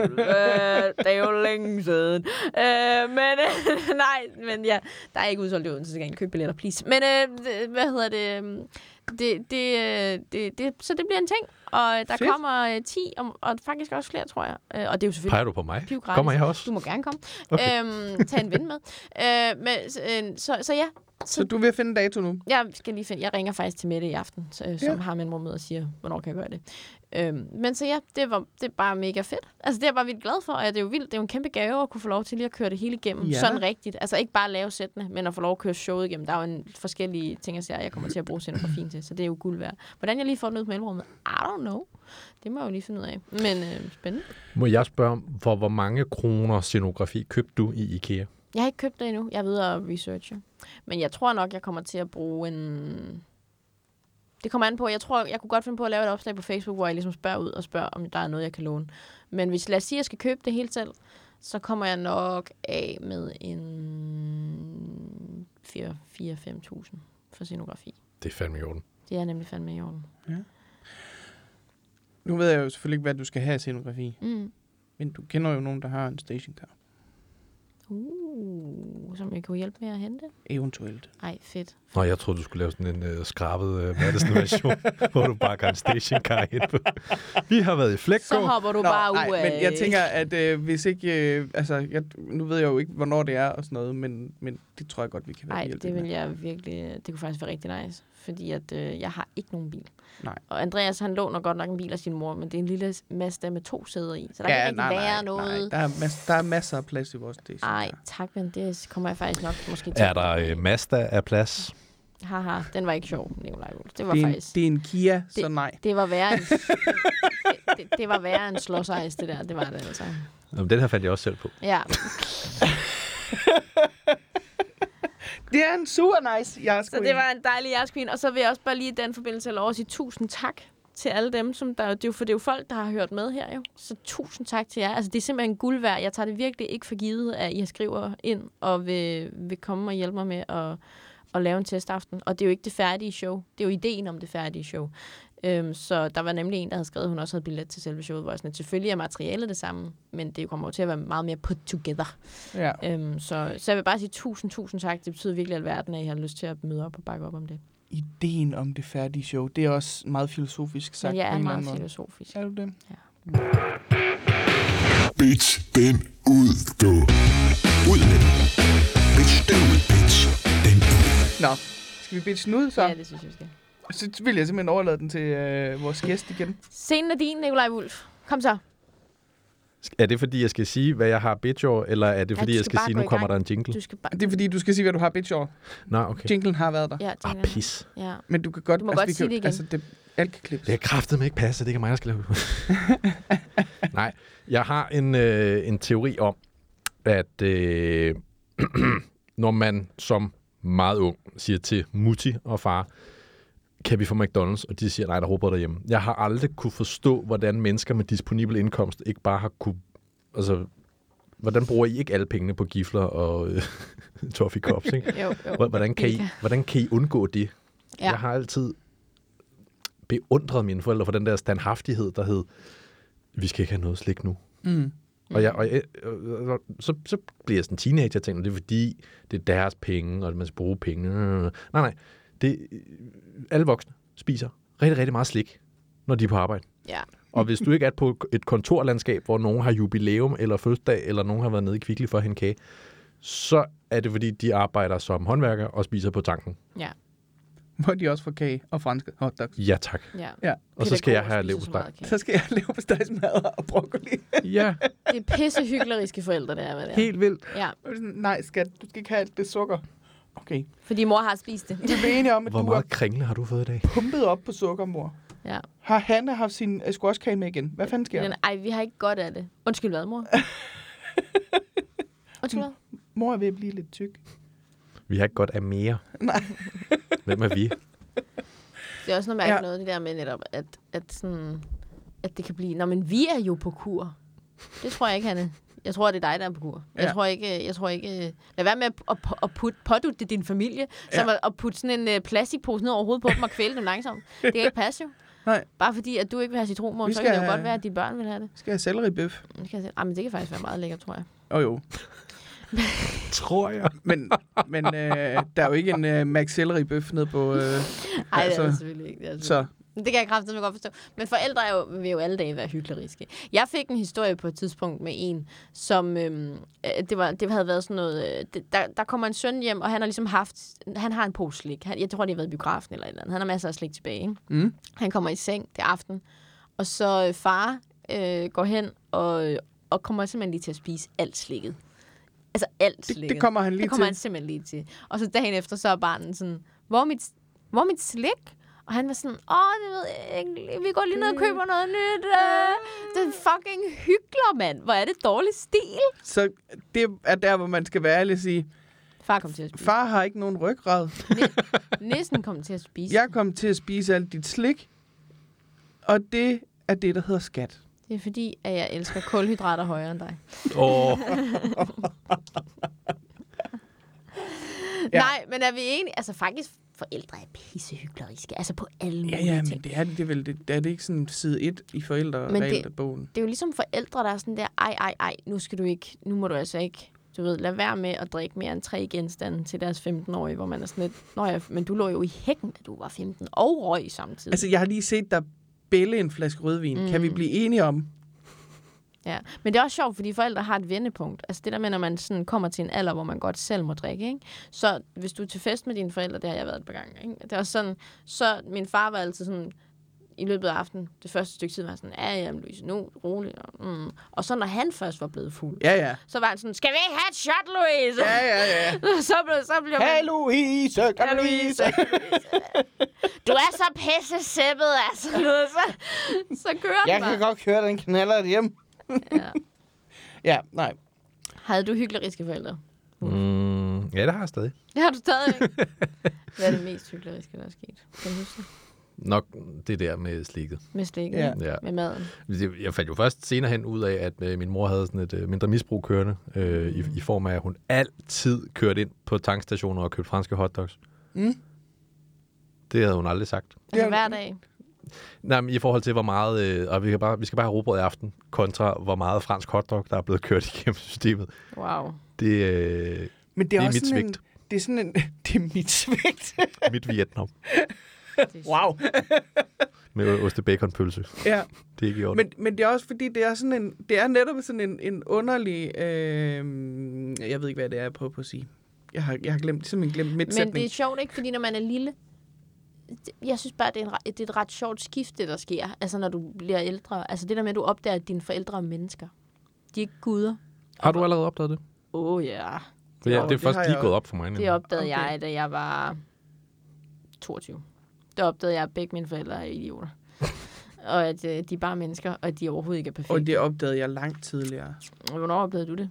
S4: det er jo længe siden. Øh, men [LAUGHS] øh, nej, men ja, der er ikke udsolgt i Odense, så kan I købe billetter, please. Men øh, det- hvad hedder det? øhm, Det, det, øh, det, det, så det bliver en ting, og øh, der
S3: Fedt.
S4: Fedt. kommer øh, 10, og, og faktisk også flere, tror jeg. Øh, og det er jo selvfølgelig
S2: Peger du på mig?
S4: piv gratis.
S2: Kommer jeg også?
S4: Du må gerne komme.
S2: Okay.
S4: Okay. Øhm, tag en ven med. Øh, men, så- øh, så, så ja,
S3: Så du er ved at finde en dato nu?
S4: jeg skal lige finde, jeg ringer faktisk til Mette i aften, så, ja. som har min mor og siger, hvornår kan jeg gøre det. Øhm, men så ja, det, var, det er bare mega fedt. Altså det er jeg bare vildt glad for, og det er jo vildt, det er jo en kæmpe gave at kunne få lov til lige at køre det hele igennem,
S3: Ja
S4: ja. sådan
S3: da.
S4: rigtigt. Altså ikke bare lave sættene, men at få lov at køre showet igennem. Der er jo en forskellige ting og sager, jeg kommer til at bruge scenografien til, så det er jo guld værd. Hvordan jeg lige får den ud på mellemrummet, I don't know. Det må jeg jo lige finde ud af. Men øh, spændende.
S2: Må jeg spørge, om, for hvor mange kroner scenografi købte du i IKEA?
S4: Jeg har ikke købt det endnu. Jeg er ved at researche. Men jeg tror nok, jeg kommer til at bruge en... Det kommer an på. Jeg tror, jeg kunne godt finde på at lave et opslag på Facebook, hvor jeg ligesom spørger ud og spørger, om der er noget, jeg kan låne. Men hvis lad os sige, at jeg skal købe det helt selv, så kommer jeg nok af med en 4-5.000 for scenografi.
S2: Det er fandme i orden.
S4: Det er nemlig fandme i orden.
S3: Nu ved jeg jo selvfølgelig ikke, hvad du skal have af scenografi.
S4: Mm.
S3: Men du kender jo nogen, der har en stationcar.
S4: Uh, som jeg kunne hjælpe med at hente.
S3: Eventuelt.
S4: Ej, fedt.
S2: Nå, jeg troede, du skulle lave sådan en øh, skrabet øh, Madison-version, [LAUGHS] hvor du bare kan en stationcar ind på. Vi har været i
S4: Så
S2: Flækgaard.
S4: hopper du bare
S3: nej,
S4: ud af...
S3: men jeg tænker, at øh, hvis ikke... Øh, altså, jeg, nu ved jeg jo ikke, hvornår det er og sådan noget, men, men det tror jeg godt, vi kan være
S4: Nej,
S3: behjælpelige
S4: det vil
S3: med.
S4: jeg virkelig... Det kunne faktisk være rigtig nice, fordi at, øh, jeg har ikke nogen bil.
S3: Nej.
S4: Og Andreas, han låner godt nok en bil af sin mor, men det er en lille Mazda med to sæder i, så der ja, kan ikke nej, være nej, noget.
S3: Nej, der, er mas- der er masser af plads i vores stationcar.
S4: Nej, tak, men det kommer jeg faktisk nok måske til.
S2: Er der øh, Mazda af plads?
S4: Haha, den var ikke sjov, Nikolaj. Wulff. Det var
S3: Det
S4: det,
S3: er, en,
S4: faktisk... Det,
S3: det er en Kia, det, så nej.
S4: det var værre end... [LAUGHS] det, det, det var værre end slåsejs, det der. Det var det altså.
S2: Jamen, den her fandt jeg også selv på.
S4: Ja,
S3: Det er en super nice. Jeg er
S4: Så det var en dejlig jeres queen. Og så vil jeg også bare lige i den forbindelse have lov at sige tusind tak til alle dem, som der, det er jo, for det er jo folk, der har hørt med her jo. Så tusind tak til jer. Altså, det er simpelthen guld værd. Jeg tager det virkelig ikke for givet, at I skriver ind og vil, vil komme og hjælpe mig med at, at lave en testaften. Og det er jo ikke det færdige show. Det er jo ideen om det færdige show. Øhm, så der var nemlig en, der havde skrevet, at hun også havde billet til selve showet, hvor jeg sådan, at selvfølgelig er materialet det samme, men det kommer jo til at være meget mere put together.
S3: Ja.
S4: Øhm, så, så jeg vil bare sige tusind, tusind tak. Det betyder virkelig alverden, at I har lyst til at møde op og bakke op om det.
S3: Ideen om det færdige show, det er også meget filosofisk sagt.
S4: Men jeg
S3: på
S4: er
S3: en eller
S4: meget
S3: anden måde.
S4: filosofisk.
S3: Er du det?
S5: Bitch den ud, du. Ud med den. Bitch den ud, bitch. Den ud.
S3: Nå, skal vi bitche den ud så?
S4: Ja, det synes jeg, vi skal.
S3: Så vil jeg simpelthen overlade den til øh, vores gæst igen.
S4: Scenen er din, Nikolaj Wulf. Kom så.
S2: Er det, fordi jeg skal sige, hvad jeg har bitch over, eller er det,
S4: Ja,
S2: fordi
S4: du skal
S2: jeg skal
S4: bare
S2: sige,
S4: gå
S2: nu
S4: i
S2: kommer der
S4: gang.
S2: en jingle?
S4: Du skal bare...
S3: Det er fordi, du skal sige, hvad du har bitch over.
S2: Nej, okay.
S3: Jinglen har været der.
S4: Ja,
S2: Ah,
S4: tænker jeg.
S2: pis.
S4: Ja.
S3: Men du kan godt...
S4: Du må godt
S3: vi
S4: sige
S3: kan,
S4: det igen.
S3: Altså, det, alt kan klippes.
S2: Det er kraftet med ikke passe, det kan mig, der skal lave. Nej, jeg har en, øh, en teori om, at øh, [CLEARS THROAT] når man som meget ung siger til mutti og far, kan vi få McDonald's? Og de siger, nej, der råber derhjemme. Jeg har aldrig kunne forstå, hvordan mennesker med disponibel indkomst ikke bare har kunne... Altså, hvordan bruger I ikke alle pengene på gifler og øh, [LAUGHS] toffee cups, ikke?
S4: Jo, jo.
S2: Hvordan kan, I, hvordan kan I undgå det? Ja.
S4: Ja.
S2: Jeg har altid beundret mine forældre for den der standhaftighed, der hed, vi skal ikke have noget slik nu.
S3: Mm.
S2: Og, jeg, og jeg, øh, øh, så, så bliver jeg sådan en teenager og tænker, det er fordi, det er deres penge, og man skal bruge penge. Øh, Nej, nej. Det, øh, alle voksne spiser rigtig, rigtig meget slik, når de er på arbejde.
S4: Ja.
S2: Og hvis du ikke er på et kontorlandskab, hvor nogen har jubilæum eller fødselsdag, eller nogen har været nede i Kvickly for at hente kage, så er det fordi, de arbejder som håndværker og spiser på tanken.
S4: Ja.
S3: Hvor de også får kage og franske hotdogs.
S2: Ja tak.
S4: ja.
S3: Ja.
S2: Og så skal jeg have
S4: Pædagoger spiser så
S2: leverpostej.
S4: meget kage.
S3: Så skal jeg leve på stegsmadder og broccoli.
S2: Ja,
S4: Det er pisse hykleriske forældre, det er, hvad det er.
S2: helt vildt.
S4: Ja,
S3: [LAUGHS] Og det er sådan, Nej, skat, du skal ikke have alt det sukker. Okay.
S4: fordi mor har spist det.
S3: Vi er enige om, at
S2: Hvor
S3: du er
S2: meget kringle har du fået i dag?
S3: pumpet op på sukker, mor.
S4: Ja.
S3: Har Hanna haft sin øh, squashkage med igen? Hvad fanden sker
S4: Men,
S3: der?
S4: ej, vi har ikke godt af det. Undskyld hvad,
S3: [LAUGHS]
S4: mor? Undskyld hvad?
S3: Mor er ved at blive lidt tyk.
S2: Vi har ikke godt af mere.
S3: Nej.
S2: Hvem er vi?
S4: Det er også noget mærkeligt
S3: Ja.
S4: ja. noget, det der med netop, at, at, sådan, at det kan blive, Nå, men vi er jo på kur. Det tror jeg ikke, Hanne. Jeg tror, det er dig, der er på kur. Jeg
S3: Ja.
S4: tror ikke... Jeg tror ikke lad være med at, at, at putte, pådutte det din familie, som at, at putte sådan en uh, plastikpose ned over hovedet på dem og kvæle dem langsomt. Det kan ikke passe jo.
S3: Nej.
S4: Bare fordi, at du ikke vil have citronmål,
S3: Vi
S4: så kan det
S3: skal-
S4: jo godt være, at dine børn vil have det.
S3: Skal jeg have selleribøf?
S4: Det kan, jeg se. Ej, men det kan faktisk være meget lækkert, tror jeg.
S3: Åh oh, jo.
S2: Tror jeg.
S3: Men, men øh, der er jo ikke en øh, Max selleribøf nede på... Øh,
S4: Ej, det er det
S3: Altså,
S4: selvfølgelig ikke. Det er det
S3: så
S4: Det kan jeg kraftedeme godt forstå. Men forældre er jo, vil jo alle dage være hykleriske. Jeg fik en historie på et tidspunkt med en, som øhm, øh, det, var, det havde været sådan noget... Øh, det, der, der kommer en søn hjem, og han har ligesom haft... Han har en pose slik. Han, jeg tror, det har været i biografen eller et eller andet. Han har masser af slik tilbage. Ikke?
S3: Mm.
S4: Han kommer i seng det er aften, og så øh, far øh, går hen og, og kommer simpelthen lige til at spise alt slikket. Altså alt
S3: det,
S4: slikket.
S3: det kommer han lige
S4: Det kommer han
S3: til.
S4: simpelthen lige til. Og så dagen efter, så er barnet sådan, hvor er mit, hvor er mit slik? Og han var sådan, åh, det ved jeg ikke. Vi går lige ned og køber noget nyt. øh. Det er fucking hyggeler, mand. Hvor er det dårlig stil.
S3: Så det er der, hvor man skal være ærlig og sige,
S4: Far kom til at
S3: [LAUGHS]
S4: spise.
S3: far har ikke nogen ryggrad.
S4: Nissen kom til at spise.
S3: Jeg kom til at spise alt dit slik, og det er det, der hedder skat.
S4: Det er fordi, at jeg elsker kulhydrater højere end dig.
S2: Åh,
S4: Ja. Nej, men er vi enige? Altså faktisk, forældre er pissehykleriske. Altså på alle mulige
S3: Ja, ja, men
S4: ting.
S3: det er det, det er vel. Det, er det ikke sådan side 1 i
S4: Men det-
S3: forældreregelbogen?
S4: det er jo ligesom forældre, der er sådan der, ej, ej, ej, nu skal du ikke, nu må du altså ikke, du ved, lade være med at drikke mere end tre genstande til deres 15-årige, hvor man er sådan lidt, nå ja, men du lå jo i hækken, da du var 15, og røg samtidig. Altså,
S3: Altså, jeg har lige set dig bælge en flaske rødvin. Mm. Kan vi blive enige om?
S4: ja. Men det er også sjovt, fordi forældre har et vendepunkt. Altså det der med, når man sådan kommer til en alder, hvor man godt selv må drikke, ikke? Så hvis du er til fest med dine forældre, det har jeg været et par gange, ikke? Det er også sådan, så min far var altid sådan, i løbet af aftenen, det første stykke tid, var han sådan, ja, ja, men Louise, nu, rolig. Og, mm. og så når han først var blevet fuld,
S3: Ja, ja.
S4: Så var han sådan, skal vi ikke have et shot, Louise?
S3: Ja, ja, ja.
S4: [LAUGHS] så, blev, så blev
S3: Hey,
S4: man...
S3: Louise! Kan du vise?
S4: Du er så pisse sæppet,
S3: [LAUGHS]
S4: altså. Du ved, Så, så kører
S3: Jeg
S4: den
S3: kan
S4: bare.
S3: godt køre den knaller hjem.
S4: Ja.
S3: [LAUGHS] Ja, nej.
S4: Havde du hykleriske forældre?
S2: mm, ja, det har jeg stadig.
S4: Det har du
S3: [LAUGHS]
S4: stadig ikke. Hvad er det mest hykleriske, der er sket? Kan du huske det?
S2: Nok det der med slikket.
S4: Med slikket,
S3: Ja.
S4: ja.
S2: Ja.
S4: med maden.
S2: Det- Jeg fandt jo først senere hen ud af, at øh, min mor havde sådan et øh, mindre misbrug kørende, øh, i, i form af, at hun altid kørte ind på tankstationer og købte franske hotdogs.
S3: Mm.
S2: Det havde hun aldrig sagt.
S4: Altså
S3: Ja.
S4: hver dag.
S2: Nej, men i forhold til, hvor meget... Øh, og vi, kan bare, vi skal bare have rugbrød i aften, kontra hvor meget fransk hotdog, der er blevet kørt [LAUGHS] igennem systemet.
S4: Wow.
S2: Det er øh,
S3: Men det
S2: Det
S3: er,
S2: er
S3: også
S2: mit
S3: sådan
S2: svigt.
S3: En, det er sådan en... [LAUGHS] Det er mit svigt.
S2: mit Vietnam
S4: Det er
S3: wow.
S2: med ostebaconpølse.
S3: Ja.
S2: Det er ikke i orden.
S3: Men, men det er også fordi, det er, sådan en, det er netop sådan en, en underlig... Øh, jeg ved ikke, hvad det er, jeg prøver på at sige. Jeg har, jeg har glemt, simpelthen glemt mit
S4: Men det er
S3: sætning.
S4: sjovt, ikke? Fordi når man er lille, det- jeg synes bare, det er, en, re- det er et ret sjovt skifte, der sker, altså når du bliver ældre. Altså det der med, at du opdager, at dine forældre er mennesker. De er ikke guder.
S2: Har du allerede opdaget det?
S4: Åh oh, ja, yeah.
S2: Det, ja,
S3: Jo,
S2: det er
S3: det
S2: først
S3: har
S2: lige
S3: jeg
S2: gået op for mig.
S4: det opdagede
S3: Okay.
S4: okay. jeg, da jeg var 22. Der opdagede jeg, at begge mine forældre er
S3: [LAUGHS]
S4: idioter. og at øh, de er bare mennesker, og at de overhovedet ikke er
S3: Og
S4: perfekte.
S3: det opdagede jeg langt tidligere.
S4: Og Hvornår oplevede du det?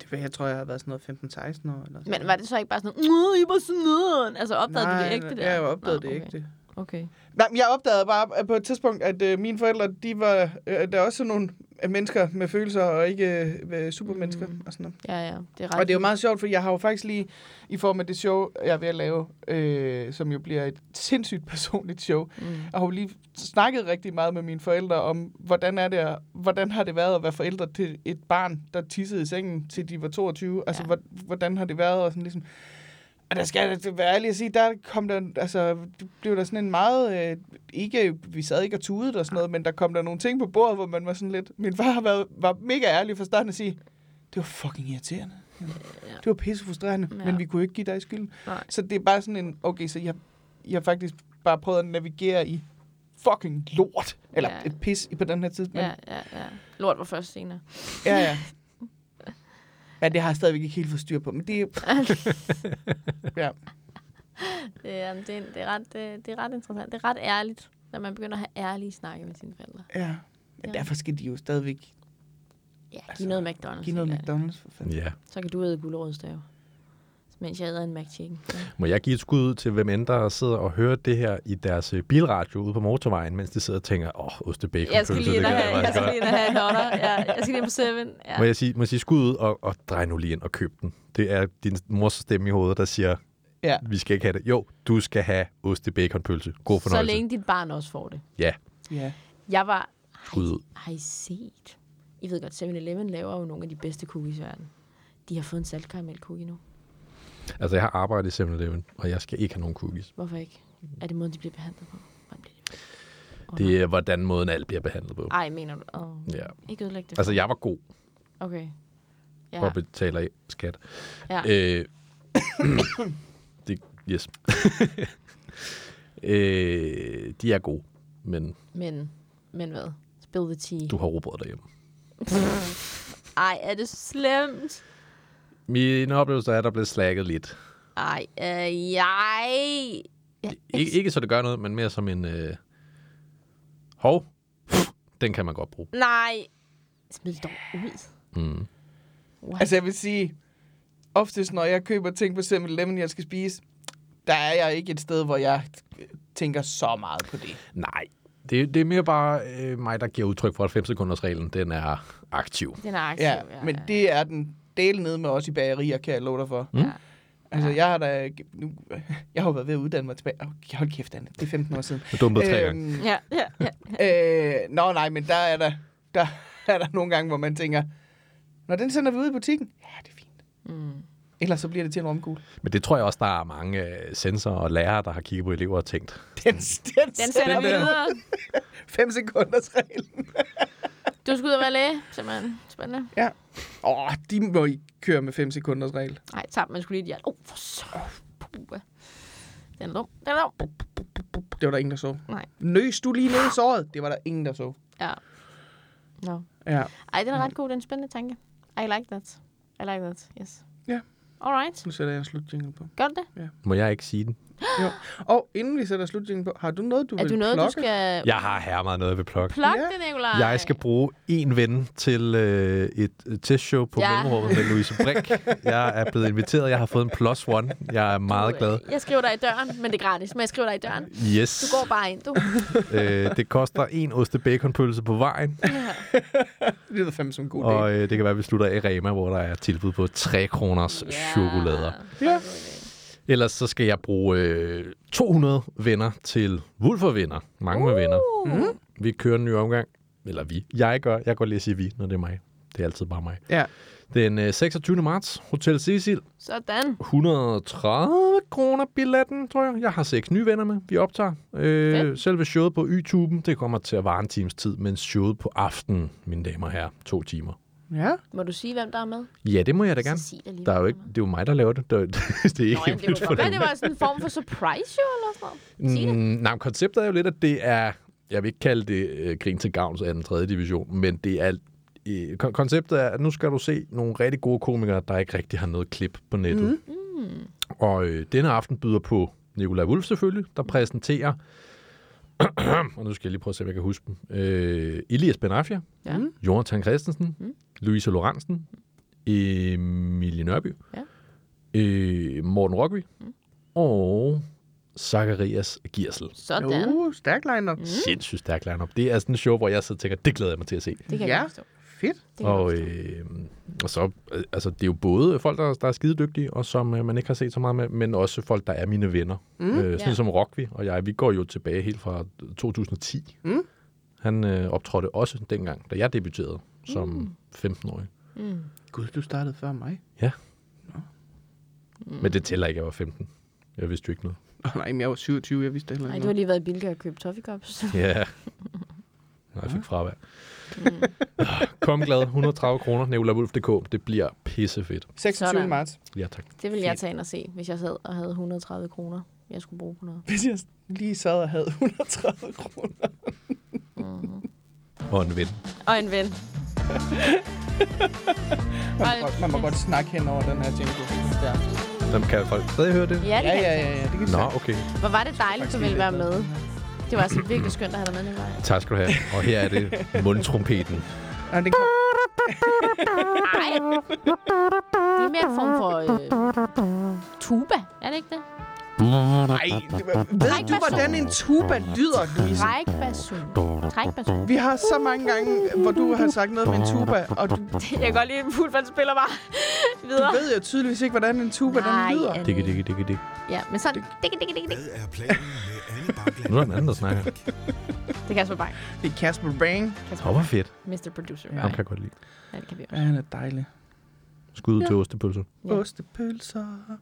S3: Det, var- jeg tror, jeg har været sådan noget 15-16 år. Eller sådan.
S4: Men var det så ikke bare sådan, Nå, I var sådan noget? Altså opdagede
S3: Nej,
S4: du det ikke, det der?
S3: Ja, jeg opdagede
S4: Nå,
S3: det
S4: okay.
S3: ikke. Det.
S4: Okay.
S3: Nej, men jeg opdagede bare at på et tidspunkt, at øh, mine forældre, de var øh, der er også sådan nogle øh, mennesker med følelser, og ikke øh, øh, supermennesker mm. og sådan noget.
S4: Ja, ja, det er ret.
S3: Og det er jo meget sjovt, for jeg har jo faktisk lige, i form af det show, jeg er ved at lave, øh, som jo bliver et sindssygt [LAUGHS] personligt show, mm. jeg har jo lige snakket rigtig meget med mine forældre om, hvordan er det, at- hvordan har det været at være forældre til et barn, der tissede i sengen, til de var 22? Altså,
S4: Ja.
S3: ja. hvordan har det været? Og sådan ligesom, og der skal jeg være ærlig at sige, der kom der, altså, det blev der sådan en meget, øh, ikke, vi sad ikke og tudede og sådan noget, men der kom der nogle ting på bordet, hvor man var sådan lidt, min far har været, var mega ærlig fra starten at sige, det var fucking irriterende. Ja. Det var pisse frustrerende,
S4: Ja.
S3: ja. men vi kunne ikke give dig skylden.
S4: Nej.
S3: Så det er bare sådan en, okay, så jeg, jeg har faktisk bare prøvet at navigere i fucking lort, eller
S4: Ja.
S3: ja. et pis på den her tid. Men,
S4: Ja,
S3: ja.
S4: ja, ja. Lort var først senere.
S3: ja, ja. Men det har jeg stadigvæk ikke helt fået styr på,
S4: [LAUGHS]
S3: men det er... ja.
S4: Det er, det, er, det, er ret, øh, det er ret interessant. Det er ret ærligt, når man begynder at have ærlige snakke med sine forældre.
S3: ja. Men
S4: Ja.
S3: derfor skal de jo stadigvæk
S4: Ja, altså, giv noget McDonald's.
S3: give noget
S4: helt ærligt.
S3: McDonald's for fanden.
S2: Ja.
S4: Så kan du æde gulerødstave. mens jeg æder en McChicken. Ja.
S2: Må jeg give et skud til, hvem end der sidder og hører det her i deres øh, bilradio ude på motorvejen, mens de sidder og tænker, åh, oh, ostebacon.
S4: Jeg skal lige ind og have, jeg skal lige ind og have en otter. Ja, jeg skal lige ind på Seven. Ja.
S2: Må jeg sige, må jeg sige skud ud og, og drej nu lige ind og køb den. Det er din mors stemme i hovedet, der siger,
S3: Ja.
S2: vi skal ikke have det. Jo, du skal have ostebaconpølse. God
S4: Så
S2: fornøjelse.
S4: længe dit barn også får det.
S2: Ja,
S3: Ja.
S4: Jeg var... Har
S2: Skud ud.
S4: I, har I set? I ved godt, 7-Eleven laver jo nogle af de bedste cookies i verden. De har fået en saltkaramel cookie nu.
S2: Altså, jeg har arbejdet i 7-Eleven, og jeg skal ikke have nogen cookies.
S4: Hvorfor ikke? Er det måden, de bliver behandlet på? Hvordan bliver de? Oh,
S2: Det er, hvordan måden alt bliver behandlet på.
S4: Ej, mener du? Oh.
S2: Ja.
S4: Ikke ødelægge det.
S2: Altså, jeg var god
S4: Okay. Ja.
S2: for at betale af skat.
S4: ja.
S2: Øh, [COUGHS] det, yes. øh, de er gode, men
S4: Men, men hvad? Spill the tea.
S2: du har robrød derhjemme.
S4: Ej, er det så slemt?
S2: Min oplevelse er, at der blev slækket lidt.
S4: Ej, øh, jeg...
S2: Ik- ikke så det gør noget, men mere som en... Øh... Hov, den kan man godt bruge.
S4: Nej. Smid det dog ud.
S2: Mm.
S4: What?
S3: Altså, jeg vil sige, oftest når jeg køber ting på 7-Eleven, jeg skal spise, der er jeg ikke et sted, hvor jeg tænker så meget på det.
S2: Nej, det, det er mere bare øh, mig, der giver udtryk for, at 5-sekunders-reglen den er aktiv.
S4: den er aktiv.
S3: Ja, men det er den del nede med os i bagerier, kan jeg love dig for.
S2: Mm.
S4: Ja.
S3: Altså, jeg har da... Nu, [LAUGHS] jeg har jo været ved at uddanne mig tilbage. Oh, hold kæft, Anne. Det er 15 år siden.
S2: Jeg dumpede tre gange.
S3: Øhm,
S4: Ja, ja, ja.
S3: Øh, nå, nej, men der er der, der [LAUGHS] er der nogle gange, hvor man tænker, når den sender vi ud i butikken, ja, det er fint.
S4: Mm.
S3: Ellers så bliver det til en romkugle.
S2: Men det tror jeg også, der er mange øh, sensorer og lærere, der har kigget på elever og tænkt,
S3: Den, den,
S4: Den sender vi videre.
S3: 5 sekunders reglen.
S4: Du skal ud og være læge, simpelthen. Spændende.
S3: Ja. Åh, de må ikke køre med 5 sekunders regel.
S4: Nej, tab man skulle lige et hjert. Åh, oh, for så... Puh. Den er dum. Den er dum.
S3: Det var der ingen, der så.
S4: Nej.
S3: Nøs du lige ned i såret? Det var der ingen, der så.
S4: Ja. Mm. No.
S3: Ja.
S4: Ej, den er ret god. Den er en spændende tanke. I like that. I like that, yes.
S3: Ja.
S4: Alright.
S3: Nu sætter jeg slutjingle på.
S4: Gør du det?
S2: må jeg ikke sige den?
S3: Jo. Og inden vi sætter slutjingle på, har du noget, du
S4: Er
S3: vil
S4: du noget, du
S3: plukke?
S4: skal...
S2: Jeg har her meget noget ved plok.
S4: Plug
S3: Ja.
S4: det, Nicolaj.
S2: Jeg skal bruge en ven til øh, et øh, testshow på
S4: Ja.
S2: ja. Mellemrummet med Louise Brink. Jeg er blevet inviteret. Jeg har fået en plus one. Jeg er meget glad.
S4: Jeg skriver dig i døren, men det er gratis. Men jeg skriver dig i døren.
S2: Yes.
S4: Du går bare ind,
S2: [LAUGHS]
S4: du.
S2: Øh, det koster en ostebaconpølse på vejen,
S3: Det lyder fandme som en god idé.
S2: og øh, det kan være, at vi slutter i Rema, hvor der er tilbud på 3 kroners yeah. chokolader.
S3: Ja.
S2: Ellers så skal jeg bruge øh, 200 venner til Wulfervenner. Mange med venner. Mhm.
S4: Mm.
S2: Vi kører en ny omgang. Eller vi. Jeg gør. Jeg går lige at sige vi, når det er mig. Det er altid bare mig.
S3: Ja.
S2: Den øh, 26. marts, Hotel Cecil.
S4: Sådan.
S2: 130 kroner billetten, tror jeg. Jeg har seks nye venner med, vi optager. Øh,
S4: Fedt.
S2: selve showet på Y-tuben, det kommer til at vare en times tid, mens showet på aftenen, mine damer og herrer, to timer.
S3: Ja.
S4: Må du sige, hvem der er med?
S2: Ja, det må jeg da
S4: Så
S2: gerne.
S4: sig det lige,
S2: Der er jo
S4: hvem
S2: ikke, det er jo mig, der laver det. Der, [LAUGHS] det er ikke
S4: Nå, jamen, det
S2: hemmeligt
S4: kunne
S2: for
S4: godt være,
S2: dem.
S4: det var sådan en form for surprise show eller sådan noget. Sig det.
S2: Mm, nej, men konceptet er jo lidt, at det er... Jeg vil ikke kalde det øh, grin til gavns af den tredje division, men det er... Øh, kon- konceptet er, at nu skal du se nogle rigtig gode komikere, der ikke rigtig har noget klip på nettet. Mm. Og øh, denne aften byder på Nikolaj Wulff selvfølgelig, der præsenterer... [CLEARS THROAT] og nu skal jeg lige prøve at se, om jeg kan huske dem. Øh, Elias Benafia,
S4: Ja.
S2: Jonathan Christensen, mm. Louise Lorentzen, Emilie Nørby,
S4: Ja.
S2: øh, Morten Rockby mm. og Zacharias Giersel.
S4: Mm. Sådan.
S3: Uh, stærk line-up.
S2: Mm. Sindssygt stærk line-up. Det er sådan en show, hvor jeg sidder og tænker, det glæder jeg mig til at se.
S4: Det kan
S3: Ja.
S4: jeg godt forstå.
S3: Fedt.
S4: Det kan jeg
S2: Og,
S4: godt forstå.
S2: øh, og så, øh, altså, det er jo både folk, der, der er skide dygtige, og som øh, man ikke har set så meget med, men også folk, der er mine venner. Mm. Øh, sådan
S4: Ja.
S2: yeah. som Rockvi og jeg, vi går jo tilbage helt fra 2010.
S3: Mm.
S2: Han øh, optrådte også dengang, da jeg debuterede som 15-årig.
S4: Mm.
S3: Gud, du startede før mig.
S2: Mm. Men det tæller ikke, jeg var 15. Jeg vidste jo ikke noget.
S3: Nå, nej, men jeg var 27, jeg vidste heller
S4: Ej,
S3: ikke
S4: du har
S3: noget.
S4: lige været i Bilka og købt toffee cups.
S2: Ja. Nå, jeg fik fravær. Ah, Kom glad, 130 kroner, nevlawulf.dk. Det bliver pissefedt.
S3: 26.
S4: Sådan.
S3: marts.
S2: Ja, tak.
S4: [LAUGHS] Det ville jeg
S3: Fint.
S4: tage ind og se, hvis jeg sad og havde 130 kroner, jeg skulle bruge på noget.
S3: Hvis jeg lige sad og havde [LAUGHS] 130 kroner.
S2: Og en ven.
S4: Og en ven.
S3: Man
S4: Hold
S3: må, godt, man må
S4: kæft.
S3: godt snakke hen over den her ting. Ja,
S2: Dem kan folk stadig høre det?
S4: Ja, det
S3: ja,
S4: kan
S3: ja,
S4: jeg.
S3: ja, ja, det kan vi
S2: Nå,
S3: sige.
S2: okay.
S4: Hvor var det dejligt, du ville være med. Det var altså virkelig skønt at have dig med, Nicolaj.
S2: Tak skal du have. Og her er det mundtrompeten.
S3: Nej, den kom.
S4: Nej. Det er mere en form for øh, tuba, er det ikke det?
S3: Nej, ved du, hvordan en tuba lyder, Louise?
S4: Rækbasun. Rækbasun.
S3: Vi har så mange gange, hvor du har sagt noget med en tuba, og du,
S4: [LAUGHS] Jeg kan godt lide, at Fulfald spiller bare [LAUGHS] videre.
S3: du ved jo tydeligvis ikke, hvordan en tuba den
S4: Nej,
S3: lyder.
S4: Anne.
S2: Dikke, dikke, dikke, dikke.
S4: Ja, men sådan... Dikke, dikke, dikke, dikke.
S5: Hvad er planen med Anne Bakland?
S2: Nu er der en anden, der snakker.
S4: Det kan Kasper Bang.
S3: Det er Kasper Bang.
S2: Åh, hvor fedt.
S4: Mr. Producer.
S3: Ja.
S2: Ham
S4: Ja.
S2: kan jeg godt lide.
S4: ja, det kan vi også.
S3: Ja, han er dejlig.
S2: Skud ud til ostepølser.
S4: Ja.
S3: Ostepølser.